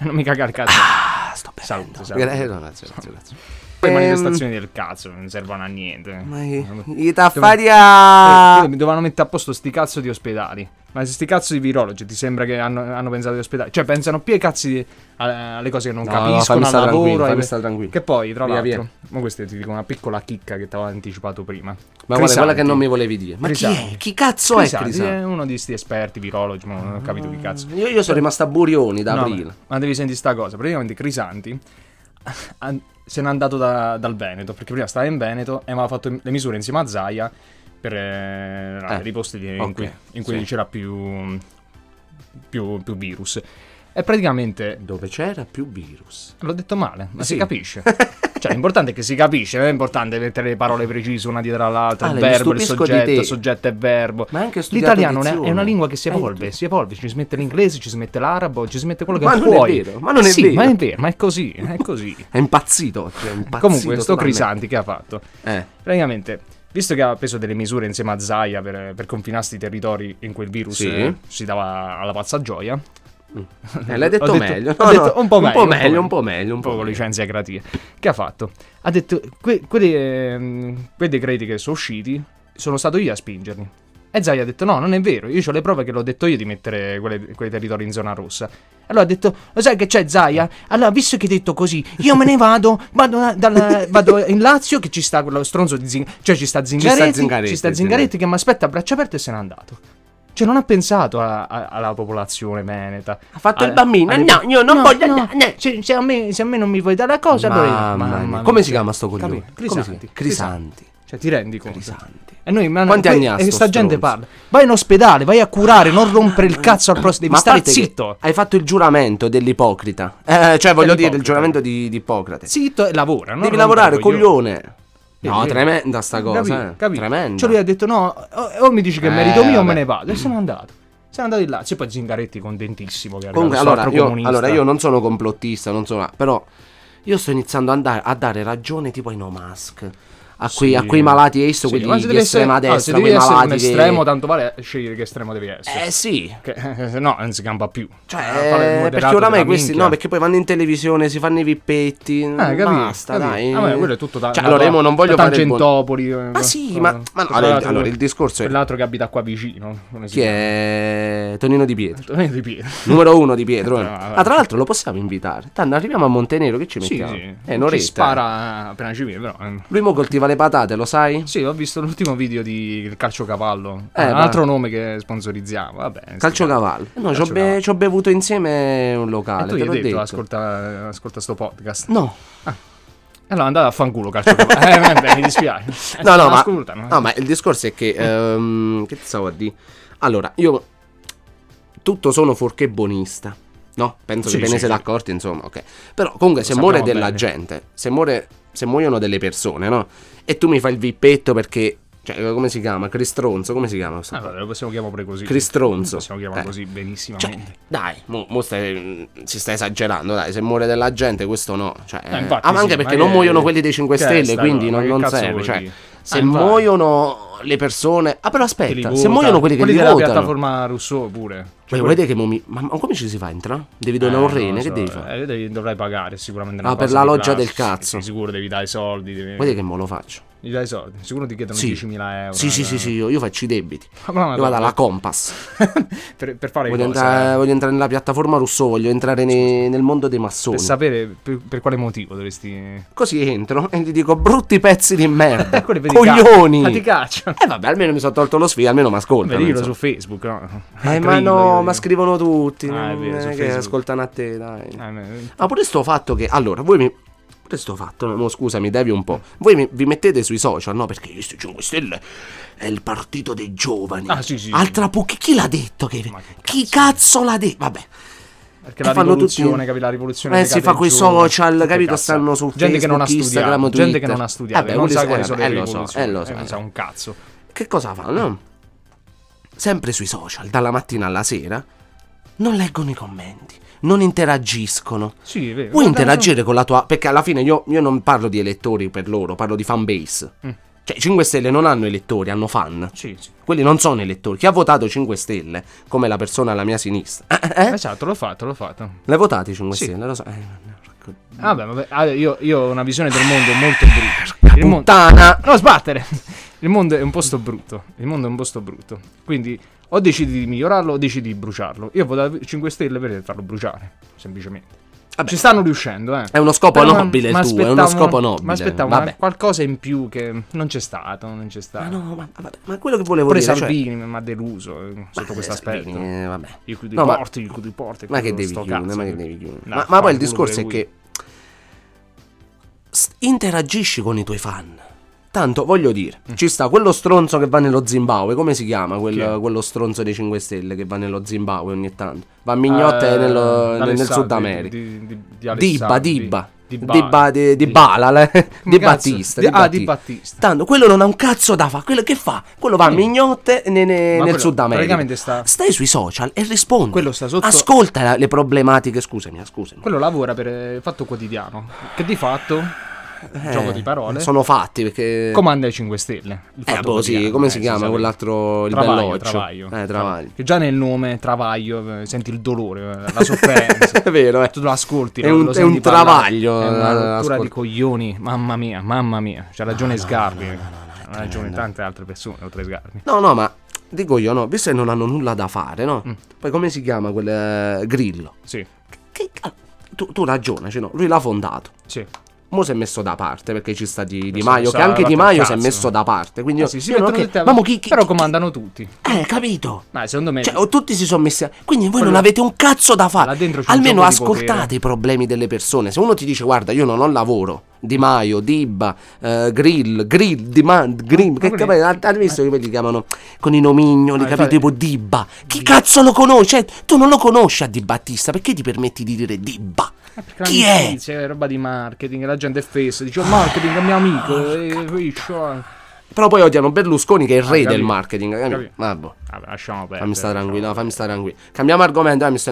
Speaker 1: Non mi cagare il cazzo.
Speaker 3: Ah, sto bevendo.
Speaker 1: Salute, salute.
Speaker 3: Eh, no, grazie, grazie, grazie.
Speaker 1: Poi
Speaker 3: Ehm,
Speaker 1: manifestazioni del cazzo, non servono a niente.
Speaker 3: Ma Ah.
Speaker 1: Dove-
Speaker 3: i, i taffaria...
Speaker 1: Eh, Mi dovevano mettere a posto sti cazzo di ospedali. Ma sti cazzo di virologi, ti sembra che hanno, hanno pensato agli ospedali? Cioè, pensano più ai cazzi di- a- alle cose che non
Speaker 3: No, no,
Speaker 1: capiscono,
Speaker 3: fammi
Speaker 1: al
Speaker 3: stare tranquillo,
Speaker 1: lavoro.
Speaker 3: fammi
Speaker 1: ai-
Speaker 3: stare tranquillo.
Speaker 1: Che poi, tra
Speaker 3: Via,
Speaker 1: l'altro,
Speaker 3: via.
Speaker 1: ma questa ti dico una piccola chicca che ti avevo anticipato prima.
Speaker 3: Ma guarda, quella che non mi
Speaker 1: vuole
Speaker 3: volevi dire. Ma chi
Speaker 1: Crisanti.
Speaker 3: è? Chi cazzo è Crisanti?
Speaker 1: è uno di sti esperti virologi, ma non ho capito chi cazzo.
Speaker 3: Io, io sono rimasto a Burioni da
Speaker 1: No,
Speaker 3: aprile.
Speaker 1: ma, ma devi sentire sta cosa. Praticamente Crisanti an- se n'è andato da- dal Veneto, perché prima stava in Veneto e aveva fatto le misure insieme a Zaia per eh,
Speaker 3: Eh,
Speaker 1: i posti di-
Speaker 3: ok,
Speaker 1: in cui, in cui
Speaker 3: sì.
Speaker 1: c'era più, più, più virus. E praticamente
Speaker 3: Dove c'era più virus.
Speaker 1: l'ho detto male, ma
Speaker 3: Sì.
Speaker 1: si capisce. Cioè, l'importante è che si capisce, non è importante mettere le parole precise una dietro l'altra,
Speaker 3: Ale,
Speaker 1: il
Speaker 3: mi
Speaker 1: verbo, il
Speaker 3: stupisco di
Speaker 1: soggetto,
Speaker 3: te.
Speaker 1: il soggetto e verbo.
Speaker 3: Ma anche ho studiato
Speaker 1: L'italiano è una-
Speaker 3: dizione.
Speaker 1: è una lingua che si
Speaker 3: Eh,
Speaker 1: evolve, si evolve, ci si mette l'inglese, ci si mette l'arabo, ci si mette quello che
Speaker 3: Ma non è
Speaker 1: vuoi.
Speaker 3: vero, ma non è
Speaker 1: Sì,
Speaker 3: vero.
Speaker 1: ma è vero, ma è così, è così.
Speaker 3: È impazzito oggi, è impazzito.
Speaker 1: Comunque, sto
Speaker 3: totalmente.
Speaker 1: Crisanti che ha fatto?
Speaker 3: Eh.
Speaker 1: Praticamente, visto che ha preso delle misure insieme a Zaia per, per confinare i territori in cui il virus
Speaker 3: Sì.
Speaker 1: eh, si dava alla pazza gioia,
Speaker 3: Eh, l'hai detto
Speaker 1: Ho detto-
Speaker 3: meglio.
Speaker 1: ho detto un po' meglio,
Speaker 3: Un po' meglio, un po' meglio. Un po'
Speaker 1: con
Speaker 3: meglio.
Speaker 1: licenze a gratia, che ha fatto? Ha detto que- quelli, ehm, quei decreti che sono usciti sono stato io a spingerli. E Zaia ha detto: No, non è vero. Io ho le prove che l'ho detto io di mettere quelle- quei territori in zona rossa. Allora ha detto: Lo sai che c'è, Zaia? Allora, visto che hai detto così, io me ne vado. Vado, da- dalla- vado in Lazio, che ci sta quello stronzo di Zing- Cioè, ci sta Zingaretti. Ci sta Zingaretti,
Speaker 3: Zingaretti, sì.
Speaker 1: che mi aspetta a braccia aperte e se n'è andato. Cioè, non ha pensato a- a- alla popolazione veneta.
Speaker 3: Ha fatto
Speaker 1: Ah,
Speaker 3: il bambino.
Speaker 1: ah,
Speaker 3: No, io non voglio andare. no.
Speaker 1: Cioè, Se, se a me, se a me non mi vuoi dare la cosa, allora.
Speaker 3: Mamma mia. Come si chiama sto
Speaker 1: Capito?
Speaker 3: coglione? Come si
Speaker 1: Crisanti.
Speaker 3: chiama? Crisanti.
Speaker 1: Cioè, ti rendi conto?
Speaker 3: Crisanti.
Speaker 1: E noi, ma
Speaker 3: Quanti
Speaker 1: que-
Speaker 3: anni ha
Speaker 1: E
Speaker 3: sto
Speaker 1: sta gente
Speaker 3: stronzo?
Speaker 1: parla. Vai in ospedale, vai a curare, non rompere il cazzo al prossimo. Devi
Speaker 3: Ma a
Speaker 1: stare
Speaker 3: parte che
Speaker 1: zitto.
Speaker 3: Hai fatto il giuramento dell'ipocrita. Eh, cioè, voglio dire, il
Speaker 1: Dell'ipocrita.
Speaker 3: giuramento di, di Ippocrate.
Speaker 1: Zitto e lavora. non rompere
Speaker 3: Devi lavorare,
Speaker 1: i coglioni.
Speaker 3: coglione. No,
Speaker 1: Eh,
Speaker 3: tremenda sta cosa.
Speaker 1: Capì,
Speaker 3: eh.
Speaker 1: capì.
Speaker 3: Tremenda.
Speaker 1: Cioè, lui ha detto: No, o, o mi dici che è merito
Speaker 3: Eh,
Speaker 1: mio o me
Speaker 3: vabbè.
Speaker 1: ne vado. E se n'è andato. Se n'è andato di là. C'è poi Zingaretti contentissimo. Che è
Speaker 3: Comunque,
Speaker 1: arrivato, sto
Speaker 3: allora
Speaker 1: altro
Speaker 3: io,
Speaker 1: comunista.
Speaker 3: allora, io non sono complottista, non sono. Però io sto iniziando a, andare- a dare ragione tipo ai no mask. A quei,
Speaker 1: Sì.
Speaker 3: a quei malati esso,
Speaker 1: Sì, ma
Speaker 3: quelli
Speaker 1: se
Speaker 3: di
Speaker 1: devi essere-
Speaker 3: estrema
Speaker 1: ah, se
Speaker 3: destra,
Speaker 1: devi
Speaker 3: quei
Speaker 1: essere
Speaker 3: malati.
Speaker 1: un
Speaker 3: che-
Speaker 1: estremo, tanto vale scegliere che estremo devi essere.
Speaker 3: Eh sì.
Speaker 1: Che, se no, non si campa più. Eh, fare il
Speaker 3: Cioè,
Speaker 1: moderato
Speaker 3: perché oramai
Speaker 1: della
Speaker 3: questi
Speaker 1: minchia. Eh,
Speaker 3: no, perché poi vanno in televisione, si fanno i vippetti.
Speaker 1: capito,
Speaker 3: basta,
Speaker 1: capito. Ah,
Speaker 3: dai.
Speaker 1: Vabbè, quello è tutto da-
Speaker 3: Cioè,
Speaker 1: da-
Speaker 3: allora, io
Speaker 1: da-
Speaker 3: mo non voglio
Speaker 1: da
Speaker 3: fare il buon-
Speaker 1: Tangentopoli. eh,
Speaker 3: Ma sì,
Speaker 1: eh,
Speaker 3: ma- ma no,
Speaker 1: tra
Speaker 3: allora-
Speaker 1: l'altro-
Speaker 3: allora, il discorso è-
Speaker 1: Quell'altro che abita qua vicino. come si
Speaker 3: Chi
Speaker 1: chiama?
Speaker 3: è Tonino Di Pietro?
Speaker 1: Non è di Pietro.
Speaker 3: Numero uno di Pietro. eh.
Speaker 1: No, vabbè.
Speaker 3: ah, tra l'altro lo possiamo invitare. Tanto arriviamo a Montenero, che ci
Speaker 1: Sì,
Speaker 3: mettiamo?
Speaker 1: sì.
Speaker 3: Eh, un'oretta.
Speaker 1: Ci spara appena ci viene, però. eh.
Speaker 3: Lui mo coltiva le patate, lo sai?
Speaker 1: Sì, ho visto l'ultimo video di Il Calciocavallo.
Speaker 3: Eh,
Speaker 1: un
Speaker 3: ma-
Speaker 1: altro nome che sponsorizziamo. Vabbè.
Speaker 3: Calciocavallo. Eh, No, ci ho, be-
Speaker 1: Calciocavallo.
Speaker 3: ci ho bevuto insieme un
Speaker 1: E
Speaker 3: locale,
Speaker 1: tu gli
Speaker 3: te
Speaker 1: hai
Speaker 3: l'ho
Speaker 1: detto,
Speaker 3: detto.
Speaker 1: Ascolta, ascolta sto podcast.
Speaker 3: No.
Speaker 1: Allora andate a fanculo Calciocavallo. eh, vabbè, mi dispiace. Eh,
Speaker 3: No, no, ma,
Speaker 1: Ascoltano.
Speaker 3: no, ma il discorso è
Speaker 1: Eh.
Speaker 3: che. ehm, che ti stavo a dire? Allora, io. Tutto sono fuorché bonista. No, penso
Speaker 1: Sì,
Speaker 3: che ve ne
Speaker 1: sì,
Speaker 3: siete
Speaker 1: sì.
Speaker 3: accorti, insomma, ok. Però comunque se
Speaker 1: Lo
Speaker 3: muore
Speaker 1: sappiamo
Speaker 3: della
Speaker 1: bene.
Speaker 3: gente, se, muore, se muoiono delle persone, no? E tu mi fai il vippetto perché... Cioè, come si chiama? Cristronzo, come si chiama? questo
Speaker 1: Ah, vabbè, lo possiamo chiamare pure così.
Speaker 3: Cristronzo.
Speaker 1: Possiamo chiamare
Speaker 3: Eh.
Speaker 1: così
Speaker 3: Cioè,
Speaker 1: benissimamente.
Speaker 3: dai, mo, mo stai- mm, si sta esagerando, dai, se muore della gente questo no. Cioè,
Speaker 1: Eh, infatti
Speaker 3: ah, ma anche
Speaker 1: sì,
Speaker 3: perché
Speaker 1: ma
Speaker 3: non
Speaker 1: che-
Speaker 3: muoiono quelli dei 5
Speaker 1: che
Speaker 3: Stelle,
Speaker 1: sta
Speaker 3: quindi
Speaker 1: cosa?
Speaker 3: non,
Speaker 1: Ma che
Speaker 3: non
Speaker 1: cazzo
Speaker 3: serve.
Speaker 1: vuol
Speaker 3: Cioè,
Speaker 1: dire?
Speaker 3: se
Speaker 1: Ah, infatti.
Speaker 3: muoiono le persone... Ah, però
Speaker 1: Che li
Speaker 3: aspetta, se
Speaker 1: vota.
Speaker 3: muoiono quelli che li
Speaker 1: della
Speaker 3: votano...
Speaker 1: piattaforma Rousseau pure.
Speaker 3: Ma
Speaker 1: Cioè,
Speaker 3: volete che mo mi- Ma, ma come ci si fa a entrare? Devi donare
Speaker 1: Eh,
Speaker 3: un rene,
Speaker 1: non lo
Speaker 3: che
Speaker 1: so,
Speaker 3: devi fare?
Speaker 1: eh, devi- dovrai pagare sicuramente.
Speaker 3: Ah,
Speaker 1: una
Speaker 3: per
Speaker 1: cosa
Speaker 3: la
Speaker 1: di
Speaker 3: loggia
Speaker 1: classe,
Speaker 3: del cazzo.
Speaker 1: sì, sicuro devi dare i soldi. Devi...
Speaker 3: Guardate che mo lo faccio.
Speaker 1: Gli dai i soldi. Sicuro ti chiedono
Speaker 3: Sì.
Speaker 1: 10.000 euro.
Speaker 3: Sì, sì,
Speaker 1: eh.
Speaker 3: sì, sì, io, io faccio i debiti.
Speaker 1: Ma no, ma
Speaker 3: Io vado
Speaker 1: no.
Speaker 3: alla Compass.
Speaker 1: per, per fare
Speaker 3: Voglio,
Speaker 1: cosa? eh?
Speaker 3: entrare, voglio entrare nella piattaforma Rousseau, voglio entrare ne- nel mondo dei massoni.
Speaker 1: Per sapere per, per quale motivo dovresti. Eh,
Speaker 3: Così entro e gli dico brutti pezzi di merda.
Speaker 1: Quelli per i
Speaker 3: coglioni.
Speaker 1: ca- Ma ti cacciano.
Speaker 3: Eh vabbè, almeno mi sono tolto lo sfiga, almeno mi ascoltano.
Speaker 1: Beh, dillo
Speaker 3: insomma.
Speaker 1: su Facebook. No?
Speaker 3: Eh, ma
Speaker 1: Grillo,
Speaker 3: no,
Speaker 1: io
Speaker 3: ma
Speaker 1: dico.
Speaker 3: scrivono tutti.
Speaker 1: Ah, è
Speaker 3: non
Speaker 1: vero,
Speaker 3: è
Speaker 1: su
Speaker 3: che
Speaker 1: Facebook.
Speaker 3: ascoltano a te, dai.
Speaker 1: Eh, ma-
Speaker 3: Ma pure sto fatto che. Allora, voi mi. Pure sto fatto, no, no, scusami, devi un po'. Voi mi- vi mettete sui social, no? Perché questo 5 Stelle è il partito dei giovani.
Speaker 1: Ah, sì, sì, sì.
Speaker 3: Altra pu- chi- Chi l'ha detto? Che...
Speaker 1: Ma che
Speaker 3: Chi cazzo l'ha detto? Vabbè.
Speaker 1: Perché
Speaker 3: E
Speaker 1: la
Speaker 3: fanno
Speaker 1: rivoluzione,
Speaker 3: tutti-
Speaker 1: capi, la rivoluzione
Speaker 3: Eh,
Speaker 1: dei
Speaker 3: si fa coi
Speaker 1: categioni.
Speaker 3: social,
Speaker 1: Che
Speaker 3: capito?
Speaker 1: cazzo?
Speaker 3: Stanno su
Speaker 1: gente che non ha
Speaker 3: Facebook, Instagram,
Speaker 1: studiato, gente che
Speaker 3: Twitter.
Speaker 1: non ha studiato,
Speaker 3: Vabbè,
Speaker 1: non
Speaker 3: quelli
Speaker 1: sa
Speaker 3: sa-
Speaker 1: quali
Speaker 3: eh,
Speaker 1: sono
Speaker 3: eh,
Speaker 1: le
Speaker 3: lo so,
Speaker 1: rivoluzioni,
Speaker 3: eh, lo so,
Speaker 1: non
Speaker 3: eh.
Speaker 1: sa un cazzo.
Speaker 3: Che cosa fanno? Sempre sui social, dalla mattina alla sera, non leggono i commenti, non interagiscono.
Speaker 1: Sì, è vero.
Speaker 3: Puoi
Speaker 1: Guarda,
Speaker 3: interagire con la tua. Perché alla fine io, io non parlo di elettori per loro, parlo di fan base.
Speaker 1: Mm.
Speaker 3: Cioè, i 5 Stelle non hanno elettori, hanno fan.
Speaker 1: Sì, sì.
Speaker 3: Quelli non sono elettori. Chi ha votato 5 Stelle, come la persona alla mia sinistra, eh, Mm. eh?
Speaker 1: Esatto, l'ho fatto, l'ho fatto.
Speaker 3: l'hai votato i 5
Speaker 1: Sì.
Speaker 3: Stelle? Lo so. Eh, porca
Speaker 1: Vabbè, vabbè, allora, io, io ho una visione del mondo molto brutta. Il mondo...
Speaker 3: puttana!
Speaker 1: No, sbattere! Il mondo è un posto brutto. Il mondo è un posto brutto. Quindi o decidi di migliorarlo o decidi di bruciarlo. Io ho votato 5 Stelle per farlo bruciare, semplicemente.
Speaker 3: Vabbè.
Speaker 1: Ci stanno riuscendo, eh.
Speaker 3: È uno scopo
Speaker 1: Però
Speaker 3: nobile il
Speaker 1: ma- ma
Speaker 3: tuo, è uno
Speaker 1: aspettavo-
Speaker 3: scopo nobile.
Speaker 1: Ma aspettavo
Speaker 3: Vabbè.
Speaker 1: una- qualcosa in più che non c'è stato, non c'è
Speaker 3: Ma
Speaker 1: stato.
Speaker 3: no, ma, vabbè, ma quello che volevo
Speaker 1: Pure
Speaker 3: dire. cioè-
Speaker 1: Salvini mi ha deluso eh, sotto
Speaker 3: Ma
Speaker 1: questo
Speaker 3: Salvini,
Speaker 1: aspetto.
Speaker 3: eh, vabbè.
Speaker 1: Io chiudo
Speaker 3: No,
Speaker 1: i
Speaker 3: ma-
Speaker 1: porti, io chiudo i porti.
Speaker 3: Ma che
Speaker 1: chiudo
Speaker 3: devi
Speaker 1: sto
Speaker 3: chiudere,
Speaker 1: cazzo.
Speaker 3: ma che devi chiudere.
Speaker 1: No,
Speaker 3: Ma, ma poi
Speaker 1: fanculo
Speaker 3: il discorso è
Speaker 1: pure
Speaker 3: che s- interagisci con i tuoi fan. Tanto voglio dire, ci sta quello stronzo che va nello Zimbabwe, come si chiama quel-
Speaker 1: Mm. Chi è?
Speaker 3: quello stronzo dei 5 Stelle che va nello Zimbabwe ogni tanto? Va a mignotte
Speaker 1: Eh,
Speaker 3: nello- nel, nel
Speaker 1: Alessandro,
Speaker 3: Sud
Speaker 1: di-
Speaker 3: America.
Speaker 1: di- di- di
Speaker 3: Dibba,
Speaker 1: Alessandro,
Speaker 3: Dibba.
Speaker 1: di- di
Speaker 3: Dibba,
Speaker 1: Bala.
Speaker 3: di, di
Speaker 1: Di-
Speaker 3: Bala, le-
Speaker 1: Come
Speaker 3: di
Speaker 1: cazzo?
Speaker 3: Battista.
Speaker 1: Di-
Speaker 3: di
Speaker 1: ah, di Battista.
Speaker 3: Tanto quello non ha un cazzo da fare. Quello che fa? Quello va a mignotte ne- ne-
Speaker 1: Ma
Speaker 3: nel
Speaker 1: quello
Speaker 3: Sud America.
Speaker 1: praticamente sta-
Speaker 3: Stai sui social e rispondi.
Speaker 1: Quello sta sotto-
Speaker 3: Ascolta la- le problematiche. Scusami, eh, scusami.
Speaker 1: Quello lavora per eh, fatto quotidiano. Che di fatto,
Speaker 3: Eh,
Speaker 1: gioco di parole,
Speaker 3: Sono fatti perché.
Speaker 1: comanda i 5 Stelle. Il
Speaker 3: eh,
Speaker 1: Fatto
Speaker 3: boh, sì,
Speaker 1: Quotidiano,
Speaker 3: come
Speaker 1: eh,
Speaker 3: si chiama
Speaker 1: sa
Speaker 3: quell'altro? Il
Speaker 1: Travaglio,
Speaker 3: belloccio.
Speaker 1: Travaglio.
Speaker 3: Eh, Travaglio.
Speaker 1: Che già nel nome Travaglio eh, senti il dolore, eh, la sofferenza.
Speaker 3: È vero, eh.
Speaker 1: Tu lo ascolti,
Speaker 3: È
Speaker 1: lo-
Speaker 3: un-
Speaker 1: lo
Speaker 3: è
Speaker 1: senti
Speaker 3: un
Speaker 1: parlare.
Speaker 3: travaglio,
Speaker 1: È
Speaker 3: eh,
Speaker 1: una rottura
Speaker 3: ascolti.
Speaker 1: di coglioni. Mamma mia, mamma mia. C'ha ragione Sgarbi. Ha ragione tante altre persone, oltre a Sgarbi.
Speaker 3: No, no, ma dico io, no, visto che non hanno nulla da fare, no?
Speaker 1: Mm.
Speaker 3: Poi come si chiama quel eh, grillo?
Speaker 1: Sì,
Speaker 3: Che ca- Tu, tu ragionaci, no? Lui l'ha fondato.
Speaker 1: sì.
Speaker 3: Mo si è messo da parte perché ci sta di, Di
Speaker 1: Adesso
Speaker 3: Maio,
Speaker 1: sa-
Speaker 3: che anche Di
Speaker 1: fatto
Speaker 3: Maio
Speaker 1: il
Speaker 3: si è
Speaker 1: cazzo. Ah,
Speaker 3: messo da parte. Quindi io,
Speaker 1: sì, sì,
Speaker 3: io non
Speaker 1: mettono
Speaker 3: che-
Speaker 1: tutti a-
Speaker 3: ma mo chi- chi-
Speaker 1: però
Speaker 3: chi-
Speaker 1: comandano tutti.
Speaker 3: Eh, capito?
Speaker 1: Ma secondo me
Speaker 3: Cioè, o tutti si sono messi. a- Quindi voi
Speaker 1: Quello-
Speaker 3: non avete un cazzo da
Speaker 1: Là
Speaker 3: fare.
Speaker 1: dentro c'è un
Speaker 3: Almeno
Speaker 1: gioco di potere.
Speaker 3: ascoltate i problemi delle persone. Se uno ti dice, guarda, io non ho lavoro. Di Maio, Dibba, eh, Grill, Grill, Demand, Grill. Che
Speaker 1: quelli-
Speaker 3: capito? Hai visto che quelli li chiamano con i nomignoli,
Speaker 1: Ma
Speaker 3: capito?
Speaker 1: infatti-
Speaker 3: Tipo Dibba. Chi cazzo lo conosce? Cioè, tu non lo conosci a Di Battista. Perché ti permetti di dire Dibba?
Speaker 1: Eh, Perché
Speaker 3: Chi è?
Speaker 1: l'amicizia è roba di marketing, la gente è fessa, dice "Oh, marketing è mio amico, eh, e capisci, ah.
Speaker 3: Però poi odiano Berlusconi che è il re
Speaker 1: capito.
Speaker 3: del marketing. capito?
Speaker 1: Capito.
Speaker 3: Ma boh,
Speaker 1: Vabbè, lasciamo perdere.
Speaker 3: fammi stare
Speaker 1: diciamo.
Speaker 3: tranquillo, no, fammi stare tranquillo. Cambiamo argomento, eh, mi sto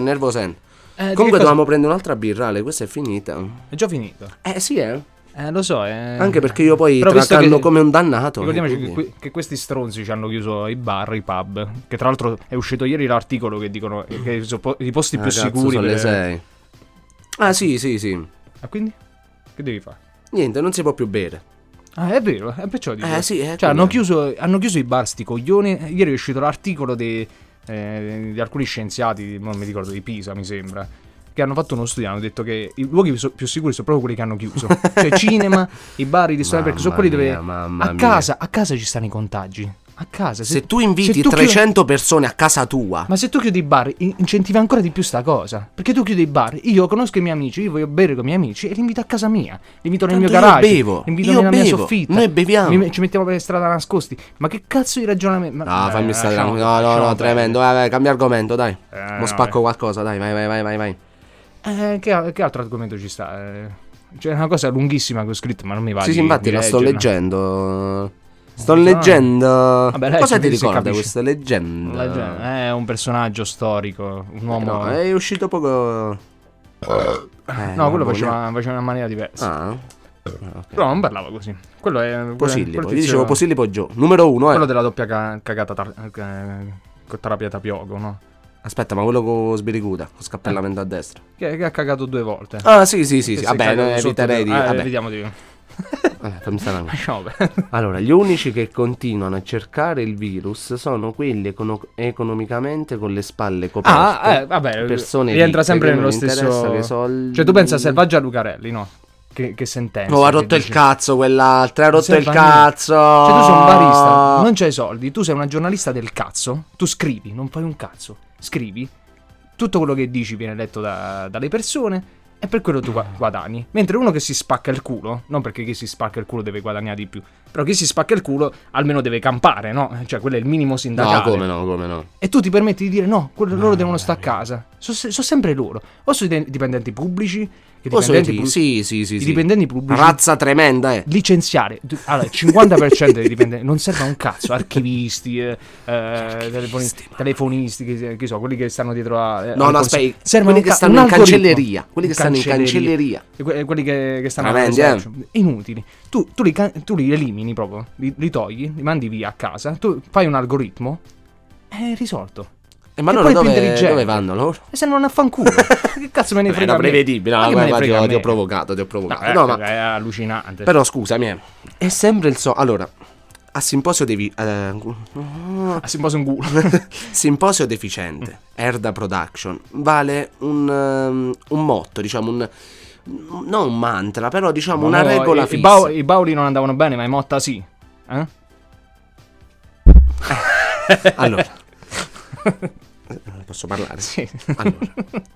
Speaker 1: Eh,
Speaker 3: nervosendo.
Speaker 1: di che
Speaker 3: Comunque
Speaker 1: cosa-
Speaker 3: dovevamo prendere un'altra birra, Ale, questa è finita.
Speaker 1: È già finito.
Speaker 3: Eh sì, eh.
Speaker 1: Eh, lo so, eh.
Speaker 3: Anche perché io poi
Speaker 1: Però visto
Speaker 3: tracanno
Speaker 1: che-
Speaker 3: come un dannato.
Speaker 1: Ricordiamoci che,
Speaker 3: quindi.
Speaker 1: que- che questi stronzi ci hanno chiuso i bar, i pub. Che tra l'altro è uscito ieri l'articolo che dicono che so- po- i posti
Speaker 3: Ah,
Speaker 1: più
Speaker 3: cazzo,
Speaker 1: sicuri.
Speaker 3: sono le
Speaker 1: per-
Speaker 3: 6. Ah sì, sì, sì.
Speaker 1: Ah, quindi? Che devi fare?
Speaker 3: Niente, non si può più bere.
Speaker 1: Ah, è vero, è perciò dico.
Speaker 3: Eh, sì, eh,
Speaker 1: cioè,
Speaker 3: quello.
Speaker 1: hanno chiuso, hanno chiuso i bar, sti coglioni. Ieri è uscito l'articolo di, eh, di alcuni scienziati, non mi ricordo, di Pisa, mi sembra. Che hanno fatto uno studio, hanno detto che i luoghi so- più sicuri sono proprio quelli che hanno chiuso. cioè, cinema, i bar, i ristoranti, perché sono
Speaker 3: Mamma
Speaker 1: quelli dove.
Speaker 3: mia, mamma
Speaker 1: a
Speaker 3: mia.
Speaker 1: casa, a casa ci stanno i contagi. A casa.
Speaker 3: Se tu inviti
Speaker 1: se tu chiudi-
Speaker 3: 300 persone a casa tua,
Speaker 1: Ma se tu chiudi i bar, in- incentivi ancora di più sta cosa. Perché tu chiudi i bar, io conosco i miei amici, io voglio bere con i miei amici e li invito a casa mia. Li invito nel
Speaker 3: Tanto
Speaker 1: mio
Speaker 3: io
Speaker 1: garage.
Speaker 3: bevo,
Speaker 1: Li invito
Speaker 3: io
Speaker 1: nella mia
Speaker 3: bevo,
Speaker 1: soffitta.
Speaker 3: noi beviamo.
Speaker 1: mi- ci mettiamo per strada nascosti. Ma che cazzo di ragionamento? Ma-
Speaker 3: ah,
Speaker 1: eh,
Speaker 3: fammi stare
Speaker 1: lasciamo-
Speaker 3: tranquillo. No, no, no,
Speaker 1: lasciamo
Speaker 3: tremendo. Vai, vai, cambia argomento, dai.
Speaker 1: Eh,
Speaker 3: Lo
Speaker 1: no,
Speaker 3: spacco
Speaker 1: eh.
Speaker 3: qualcosa, dai, vai, vai, vai, vai, vai.
Speaker 1: Eh, che, che altro argomento ci sta? Eh, c'è una cosa lunghissima che ho scritto, ma non mi va
Speaker 3: Sì,
Speaker 1: di-
Speaker 3: sì, infatti
Speaker 1: di
Speaker 3: la sto
Speaker 1: leggerla.
Speaker 3: leggendo. Sto
Speaker 1: Già.
Speaker 3: leggendo.
Speaker 1: lei
Speaker 3: Cosa
Speaker 1: ci
Speaker 3: ti
Speaker 1: dice,
Speaker 3: ricorda
Speaker 1: capisce.
Speaker 3: questa leggenda?
Speaker 1: La gente- È un personaggio storico, un uomo...
Speaker 3: Eh, No, è uscito poco. Eh,
Speaker 1: No, quello
Speaker 3: boh,
Speaker 1: faceva, faceva in una maniera
Speaker 3: ne-
Speaker 1: diversa.
Speaker 3: Ah. ok.
Speaker 1: Però non parlava così. Quello è. quel-
Speaker 3: Posillipo,
Speaker 1: quel
Speaker 3: io
Speaker 1: tizio-
Speaker 3: dicevo Posillipo Gio, numero uno, eh.
Speaker 1: Quello della doppia ca- cagata tar- ca- con Tarapia Tapiogo, no?
Speaker 3: Aspetta, ma quello con Sbiricuda, con scappellamento a destra.
Speaker 1: Che, che ha cagato due volte.
Speaker 3: Ah, sì, sì, sì, sì.
Speaker 1: Che si è
Speaker 3: vabbè,
Speaker 1: cagato
Speaker 3: ne
Speaker 1: sotto
Speaker 3: eviterei di...
Speaker 1: di- eh,
Speaker 3: vabbè.
Speaker 1: evitiamo di.
Speaker 3: Ah, Eh, fammi stare tranquillo.
Speaker 1: Lasciamo perdere.
Speaker 3: Allora, gli unici che continuano a cercare il virus sono quelli econo- economicamente con le spalle coperte.
Speaker 1: Ah, eh, vabbè.
Speaker 3: persone
Speaker 1: rientra
Speaker 3: ricche
Speaker 1: sempre
Speaker 3: che non
Speaker 1: nello
Speaker 3: gli
Speaker 1: stesso.
Speaker 3: interessa che soldi-
Speaker 1: Cioè, tu pensa a Selvaggia Lucarelli, no? Che, che sentenza.
Speaker 3: Oh, ha
Speaker 1: che
Speaker 3: rotto il
Speaker 1: dici.
Speaker 3: cazzo quell'altra, ha
Speaker 1: Non
Speaker 3: rotto il
Speaker 1: serve a niente.
Speaker 3: cazzo.
Speaker 1: Cioè, tu sei un barista, non c'hai soldi, tu sei una giornalista del cazzo, tu scrivi, non fai un cazzo, scrivi, tutto quello che dici viene letto da- dalle persone e per quello tu gua- guadagni. Mentre uno che si spacca il culo, non perché chi si spacca il culo deve guadagnare di più, però chi si spacca il culo almeno deve campare, no? Cioè, quello è il minimo sindacale.
Speaker 3: No, come no, come no.
Speaker 1: E tu ti permetti di dire no, quello- loro devono stare a casa. Sono sempre loro. O sui de- dipendenti pubblici, che
Speaker 3: O sono
Speaker 1: dipendenti
Speaker 3: i-
Speaker 1: pu-
Speaker 3: sì, sì, sì,
Speaker 1: i
Speaker 3: sì.
Speaker 1: dipendenti pubblici
Speaker 3: Razza tremenda, eh.
Speaker 1: licenziare d- allora, il 50% dei dipendenti non serve a un cazzo archivisti, eh, eh, telefoni- telefonisti che, che so quelli che stanno dietro a eh,
Speaker 3: No,
Speaker 1: al
Speaker 3: no,
Speaker 1: corso.
Speaker 3: aspetta,
Speaker 1: Serve
Speaker 3: quelli
Speaker 1: un
Speaker 3: che
Speaker 1: ca-
Speaker 3: stanno
Speaker 1: un
Speaker 3: in
Speaker 1: algoritmo.
Speaker 3: cancelleria, quelli che stanno in cancelleria.
Speaker 1: E que- e quelli che, che stanno
Speaker 3: Tremendi,
Speaker 1: alla research. inutili tu, tu li, can- tu li elimini proprio li, li togli li mandi via a casa tu fai un algoritmo è risolto
Speaker 3: Eh, ma
Speaker 1: Che
Speaker 3: loro
Speaker 1: poi è più
Speaker 3: dove,
Speaker 1: intelligente.
Speaker 3: dove vanno loro?
Speaker 1: e se non affanculo che cazzo me ne frega
Speaker 3: Era
Speaker 1: a me?
Speaker 3: prevedibile,
Speaker 1: Ma
Speaker 3: Eh, no,
Speaker 1: che me ne
Speaker 3: guarda, ti
Speaker 1: frega a
Speaker 3: ho, ti ho
Speaker 1: me?
Speaker 3: provocato, ti ho
Speaker 1: No,
Speaker 3: provocato.
Speaker 1: eh,
Speaker 3: No, ma
Speaker 1: è allucinante
Speaker 3: Però scusami, eh, è sempre il so. Allora, a simposio devi. eh,
Speaker 1: Ah, si posa un culo
Speaker 3: simposio deficiente, Erda Production, vale un, ehm, un motto, diciamo, un. Non un mantra, però diciamo una
Speaker 1: No,
Speaker 3: regola
Speaker 1: i,
Speaker 3: fissa.
Speaker 1: I, bau- i bauli non andavano bene, ma i Motta sì. Eh?
Speaker 3: Allora. Non Eh, Posso parlare?
Speaker 1: Sì.
Speaker 3: Allora,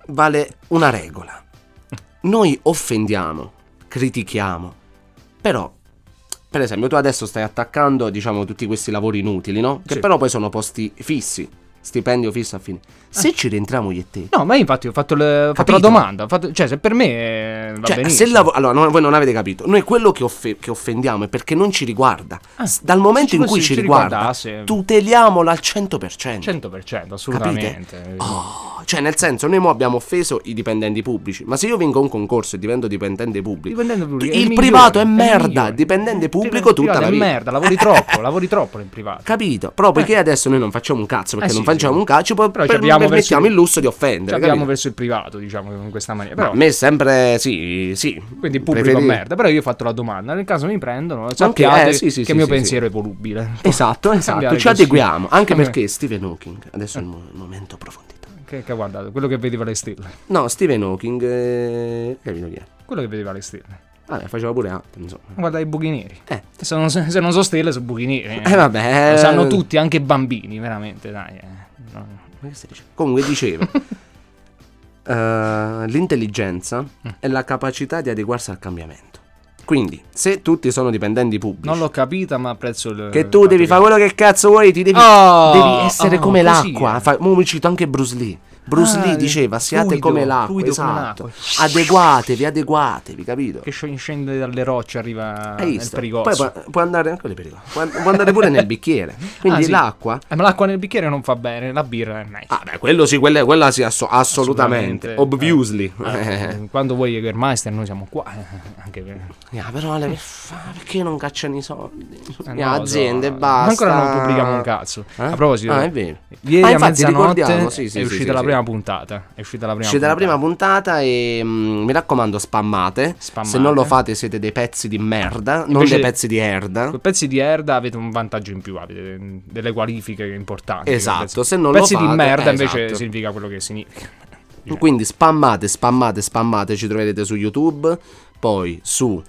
Speaker 3: vale una regola. Noi offendiamo, critichiamo, però, per esempio, tu adesso stai attaccando, diciamo, tutti questi lavori inutili, no? Che
Speaker 1: Sì.
Speaker 3: però poi sono posti fissi, stipendio fisso a fine.
Speaker 1: Ah.
Speaker 3: Se ci rientriamo io e te...
Speaker 1: No, ma io infatti ho fatto, le- ho fatto la
Speaker 3: Capito?
Speaker 1: domanda. ho fatto- cioè, se per me eh, va
Speaker 3: Cioè,
Speaker 1: benissimo.
Speaker 3: se lavo- allora, no, voi non avete capito. Noi quello che, offe- che offendiamo è perché non ci riguarda.
Speaker 1: Ah,
Speaker 3: S- Dal momento
Speaker 1: se ci
Speaker 3: in cui
Speaker 1: fosse-
Speaker 3: ci
Speaker 1: ci
Speaker 3: riguarda,
Speaker 1: riguardasse-
Speaker 3: tuteliamola al 100%.
Speaker 1: 100%, assolutamente.
Speaker 3: Oh, cioè, nel senso, noi mo abbiamo offeso i dipendenti pubblici. Ma se io vinco un concorso e divento dipendente pubblico,
Speaker 1: Dipendente pubblico, è
Speaker 3: il
Speaker 1: migliore,
Speaker 3: privato è
Speaker 1: il
Speaker 3: merda.
Speaker 1: migliore.
Speaker 3: Il dipendente
Speaker 1: Il
Speaker 3: pubblico tutta
Speaker 1: privato
Speaker 3: la
Speaker 1: è
Speaker 3: vita.
Speaker 1: merda, lavori troppo, lavori troppo nel privato.
Speaker 3: Capito? Però poiché adesso noi non facciamo un cazzo, perché
Speaker 1: Eh,
Speaker 3: non
Speaker 1: sì,
Speaker 3: facciamo
Speaker 1: sì.
Speaker 3: un cazzo, poi
Speaker 1: Però
Speaker 3: per-
Speaker 1: ci abbiamo
Speaker 3: permettiamo
Speaker 1: verso-
Speaker 3: il lusso di
Speaker 1: Cioè,
Speaker 3: offendere.
Speaker 1: abbiamo
Speaker 3: capito?
Speaker 1: verso il privato, diciamo, in questa maniera.
Speaker 3: Ma
Speaker 1: Però,
Speaker 3: a me è sempre sì, sì.
Speaker 1: quindi il pubblico
Speaker 3: preferire-
Speaker 1: è merda. Però io ho fatto la domanda. Nel caso mi prendono, sappiate
Speaker 3: eh, sì, sì,
Speaker 1: che
Speaker 3: sì,
Speaker 1: il mio
Speaker 3: sì,
Speaker 1: pensiero è volubile.
Speaker 3: Esatto, esatto.
Speaker 1: Cambiare
Speaker 3: Ci
Speaker 1: così.
Speaker 3: adeguiamo. Anche
Speaker 1: Vabbè.
Speaker 3: perché Stephen Hawking. Adesso è il mo- il momento profondità.
Speaker 1: Che, che guardate, quello che vedeva le stelle.
Speaker 3: No, Stephen Hawking. eh, Capito chi è?
Speaker 1: Quello che vedeva le stelle.
Speaker 3: Vabbè, faceva pure altro, insomma.
Speaker 1: Guarda i buchi neri.
Speaker 3: Eh.
Speaker 1: Se non, se non so stelle, sono buchi neri.
Speaker 3: Eh, vabbè.
Speaker 1: Lo sanno tutti, anche i bambini, veramente, dai. eh. No.
Speaker 3: Ma che stai dicendo? Comunque diceva. eh, l'intelligenza
Speaker 1: Mm.
Speaker 3: è la capacità di adeguarsi al cambiamento. Quindi, se tutti sono dipendenti pubblici,
Speaker 1: Non l'ho capita, ma apprezzo il.
Speaker 3: che tu devi fare quello che cazzo vuoi, ti devi,
Speaker 1: Oh,
Speaker 3: devi essere
Speaker 1: oh,
Speaker 3: come
Speaker 1: così,
Speaker 3: l'acqua.
Speaker 1: eh.
Speaker 3: Fa- mo mi cito anche Bruce Lee. Bruce
Speaker 1: Ah,
Speaker 3: Lee diceva: siate
Speaker 1: fluido,
Speaker 3: come l'acqua,
Speaker 1: fluido come
Speaker 3: esatto.
Speaker 1: l'acqua.
Speaker 3: Adeguatevi, adeguatevi, capito?
Speaker 1: Che sc- scende dalle rocce, arriva
Speaker 3: Hai
Speaker 1: nel
Speaker 3: visto?
Speaker 1: pericoloso.
Speaker 3: Poi pu- può andare anche nel pericolo. Può, può andare pure nel bicchiere. Quindi
Speaker 1: Ah, sì.
Speaker 3: l'acqua
Speaker 1: Eh, ma l'acqua nel bicchiere non fa bene, la birra è meglio.
Speaker 3: Ah, beh, quello sì, quella, quella sì, asso- assolutamente.
Speaker 1: Assolutamente.
Speaker 3: Obviously. Eh.
Speaker 1: Eh, Quando vuoi Jägermeister, noi siamo qua. eh, Anche per...
Speaker 3: Ah, però le- perché non cacciano i soldi?
Speaker 1: eh,
Speaker 3: Le
Speaker 1: no,
Speaker 3: aziende,
Speaker 1: no.
Speaker 3: basta.
Speaker 1: Ancora non pubblichiamo un cazzo.
Speaker 3: Eh?
Speaker 1: A proposito,
Speaker 3: Ah, è vero.
Speaker 1: ieri
Speaker 3: Ah,
Speaker 1: a
Speaker 3: infatti, ricordiamo,
Speaker 1: mezzanotte
Speaker 3: sì, sì,
Speaker 1: è
Speaker 3: sì,
Speaker 1: uscita
Speaker 3: sì,
Speaker 1: la
Speaker 3: sì.
Speaker 1: prima puntata. È uscita la prima
Speaker 3: C'è dalla
Speaker 1: puntata.
Speaker 3: prima puntata e mm, mi raccomando spammate.
Speaker 1: Spammate.
Speaker 3: Se non lo fate siete dei pezzi di merda, non
Speaker 1: Invece-
Speaker 3: dei pezzi di erda.
Speaker 1: Con pezzi di merda avete un vantaggio in più, avete delle qualifiche importanti.
Speaker 3: Esatto,
Speaker 1: Con pezzi-
Speaker 3: se non lo
Speaker 1: pezzi
Speaker 3: fate-
Speaker 1: di merda
Speaker 3: eh,
Speaker 1: invece
Speaker 3: esatto.
Speaker 1: significa quello che significa.
Speaker 3: Quindi spammate, spammate, spammate, ci troverete su YouTube, poi su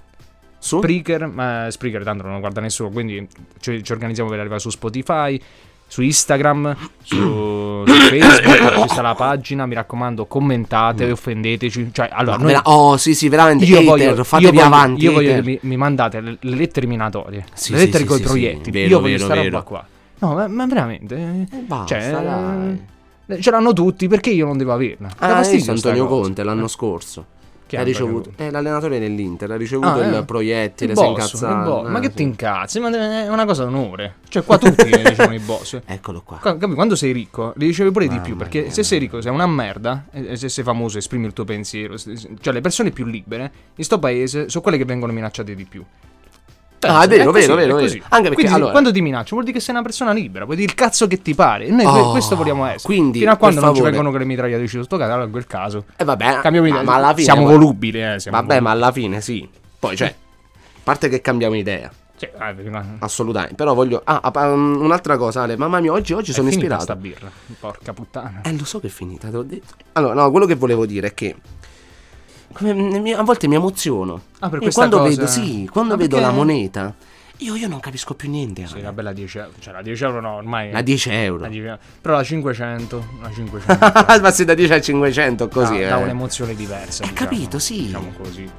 Speaker 3: su
Speaker 1: Spreaker, ma Spreaker tanto non lo guarda nessuno, quindi ci, ci organizziamo per arrivare su Spotify, su Instagram, su, su Facebook, ci sta la pagina, mi raccomando commentate, offendeteci, cioè allora
Speaker 3: No,
Speaker 1: noi-
Speaker 3: vera- Oh, sì, sì, veramente
Speaker 1: io
Speaker 3: hater,
Speaker 1: voglio,
Speaker 3: fatevi
Speaker 1: io voglio-
Speaker 3: avanti.
Speaker 1: io voglio
Speaker 3: hater.
Speaker 1: che mi, mi mandate le, le lettere minatorie,
Speaker 3: Sì,
Speaker 1: le
Speaker 3: sì,
Speaker 1: lettere
Speaker 3: sì,
Speaker 1: coi
Speaker 3: sì, sì,
Speaker 1: proiettili,
Speaker 3: vero,
Speaker 1: io voglio
Speaker 3: vero,
Speaker 1: sta roba
Speaker 3: vero.
Speaker 1: qua. No, ma, ma veramente... eh,
Speaker 3: Basta,
Speaker 1: cioè,
Speaker 3: dai.
Speaker 1: Ce l'hanno tutti, perché io non devo averla? Dà
Speaker 3: Ah, hai
Speaker 1: fastidio
Speaker 3: visto
Speaker 1: sta
Speaker 3: Antonio
Speaker 1: cosa.
Speaker 3: Conte l'anno
Speaker 1: Eh,
Speaker 3: scorso.
Speaker 1: chi è
Speaker 3: ha
Speaker 1: Antonio
Speaker 3: ricevuto,
Speaker 1: Conte?
Speaker 3: è l'allenatore dell'Inter, ha ricevuto
Speaker 1: Ah,
Speaker 3: il
Speaker 1: eh.
Speaker 3: proiettile,
Speaker 1: Il
Speaker 3: si è
Speaker 1: boss, il
Speaker 3: incazzato.
Speaker 1: boss. Ma
Speaker 3: Eh,
Speaker 1: che
Speaker 3: sì.
Speaker 1: ti incazzi? Ma eh, è una cosa d'onore. Cioè, qua tutti le ricevono i boss.
Speaker 3: Eccolo qua.
Speaker 1: Qua, capi, Quando sei ricco, li ricevi pure di
Speaker 3: Mamma
Speaker 1: più. Perché
Speaker 3: mia.
Speaker 1: se sei ricco, sei una merda. e- e se sei famoso, esprimi il tuo pensiero. se- se- Cioè, le persone più libere in sto paese sono quelle che vengono minacciate di più.
Speaker 3: Ah, è vero,
Speaker 1: così,
Speaker 3: vero, vero,
Speaker 1: così.
Speaker 3: vero. Anche perché,
Speaker 1: Quindi,
Speaker 3: allora-
Speaker 1: quando ti minaccio, vuol dire che sei una persona libera. Puoi dire il cazzo che ti pare. E Noi que-
Speaker 3: Oh,
Speaker 1: questo vogliamo essere.
Speaker 3: quindi,
Speaker 1: Fino a quando
Speaker 3: per
Speaker 1: non ci
Speaker 3: favore.
Speaker 1: vengono con le mitragliatrici sotto casa, allora in quel caso.
Speaker 3: E vabbè,
Speaker 1: Cambiamo idea.
Speaker 3: ma, ma alla fine
Speaker 1: siamo
Speaker 3: poi-
Speaker 1: volubili, eh. siamo
Speaker 3: Vabbè, ma alla fine sì. Poi cioè, a parte che cambiamo idea,
Speaker 1: Cioè, ah, ma-
Speaker 3: assolutamente, però voglio ah, ah, pa- um, un'altra cosa, Ale, mamma mia, oggi, oggi
Speaker 1: è
Speaker 3: sono
Speaker 1: finita
Speaker 3: ispirato.
Speaker 1: sta birra. Porca puttana.
Speaker 3: Eh, lo so che è finita, te l'ho detto. Allora, no, quello che volevo dire è che come- mm, mi- a volte mi emoziono.
Speaker 1: Ah, per
Speaker 3: Io
Speaker 1: questa
Speaker 3: quando
Speaker 1: cosa- eh.
Speaker 3: vedo, sì, quando
Speaker 1: Ma
Speaker 3: vedo
Speaker 1: perché-
Speaker 3: la moneta, io, io non capisco più niente.
Speaker 1: Sì,
Speaker 3: Ale.
Speaker 1: la bella 10 euro. Cioè, la 10 euro no, ormai.
Speaker 3: La 10 euro.
Speaker 1: la 10 euro. Però la 500. La 500.
Speaker 3: Ma se da 10 a 500 così,
Speaker 1: Da,
Speaker 3: eh.
Speaker 1: Ah, un'emozione diversa.
Speaker 3: Eh,
Speaker 1: diciamo,
Speaker 3: capito, sì.
Speaker 1: Diciamo così.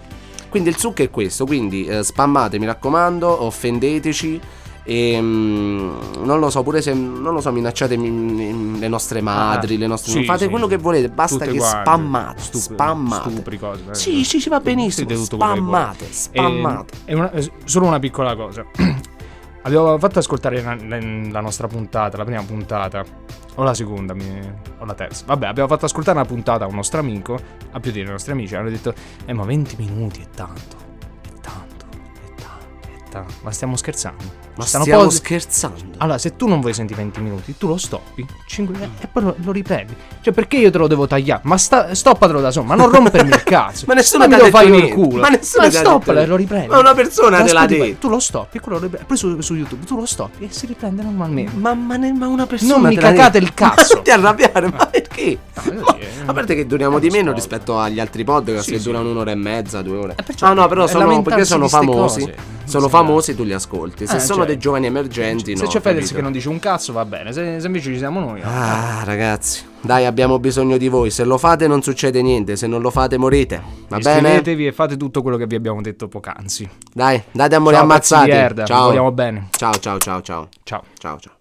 Speaker 3: Quindi il succo è questo, quindi eh, spammate, mi raccomando, offendeteci. E, mm, non lo so, pure se non lo so, minacciate mi- mi- le nostre madri,
Speaker 1: Ah,
Speaker 3: le nostre.
Speaker 1: sì,
Speaker 3: fate
Speaker 1: sì,
Speaker 3: quello
Speaker 1: sì.
Speaker 3: che volete, basta
Speaker 1: Tutte
Speaker 3: che
Speaker 1: quante,
Speaker 3: spammate.
Speaker 1: stupi-
Speaker 3: spammate.
Speaker 1: Stupri cose. eh,
Speaker 3: Sì, sì, sì, va
Speaker 1: tutte-
Speaker 3: benissimo.
Speaker 1: tutte- tutto quello che vuoi.
Speaker 3: Spammate, spammate.
Speaker 1: E, e una- eh, solo una piccola cosa. Abbiamo fatto ascoltare la, la- la nostra puntata, la prima puntata, o la seconda, mi- o la terza. Vabbè, abbiamo fatto ascoltare una puntata a un nostro amico, a più dei nostri amici, hanno detto, eh ma 20 minuti è tanto, è tanto, è tanto, è tanto. Ma stiamo scherzando?
Speaker 3: Ma
Speaker 1: Ci stanno
Speaker 3: stiamo
Speaker 1: pose-
Speaker 3: scherzando.
Speaker 1: allora, se tu non vuoi sentire 20 minuti, tu lo stoppi
Speaker 3: Eh.
Speaker 1: 5 e poi lo, lo ripeti. Cioè, perché io te lo devo tagliare? Ma sta, stoppatelo da solo, ma non rompermi il cazzo.
Speaker 3: Ma nessuno
Speaker 1: mi
Speaker 3: ti ha
Speaker 1: lo
Speaker 3: detto
Speaker 1: fai nel
Speaker 3: niente.
Speaker 1: culo.
Speaker 3: Ma nessuno ti ha detto
Speaker 1: stoppalo e
Speaker 3: niente.
Speaker 1: lo riprendi.
Speaker 3: Ma una persona
Speaker 1: Da
Speaker 3: te l'ha
Speaker 1: Spotify,
Speaker 3: detto.
Speaker 1: Tu lo stoppi e quello lo riprendi. Poi su, su YouTube tu lo stoppi e si riprende normalmente.
Speaker 3: Ma, ma ne- ma una persona.
Speaker 1: Non mi
Speaker 3: te la-
Speaker 1: cagate il
Speaker 3: Ma
Speaker 1: cazzo.
Speaker 3: non ti arrabbiare, ma perché?
Speaker 1: io
Speaker 3: Ma-
Speaker 1: sì, eh.
Speaker 3: a parte che duriamo
Speaker 1: Eh,
Speaker 3: di meno
Speaker 1: ascolta.
Speaker 3: rispetto agli altri podcast
Speaker 1: Sì,
Speaker 3: che
Speaker 1: sì.
Speaker 3: durano un'ora e mezza, due ore.
Speaker 1: Eh, perciò
Speaker 3: Ah, no,
Speaker 1: dico,
Speaker 3: però
Speaker 1: è
Speaker 3: sono, perché
Speaker 1: lamentarsi
Speaker 3: sono
Speaker 1: di ste
Speaker 3: famosi.
Speaker 1: cose.
Speaker 3: Sono
Speaker 1: Sì.
Speaker 3: famosi, tu li ascolti. Se
Speaker 1: Eh,
Speaker 3: sono
Speaker 1: cioè.
Speaker 3: dei giovani emergenti,
Speaker 1: se
Speaker 3: no.
Speaker 1: c'è Fedez
Speaker 3: capito?
Speaker 1: che non dice un cazzo, va bene. Se, se invece ci siamo noi. no.
Speaker 3: Ah, ragazzi, dai, abbiamo bisogno di voi. Se lo fate, non succede niente. Se non lo fate, morite. Va bene?
Speaker 1: Iscrivetevi eh, e fate tutto quello che vi abbiamo detto poc'anzi.
Speaker 3: Dai, date amore
Speaker 1: Ciao, pazzi di
Speaker 3: ammazzati.
Speaker 1: merda, vi
Speaker 3: Ciao.
Speaker 1: vogliamo bene.
Speaker 3: Ciao, ciao, ciao, ciao.
Speaker 1: Ciao.
Speaker 3: Ciao, ciao.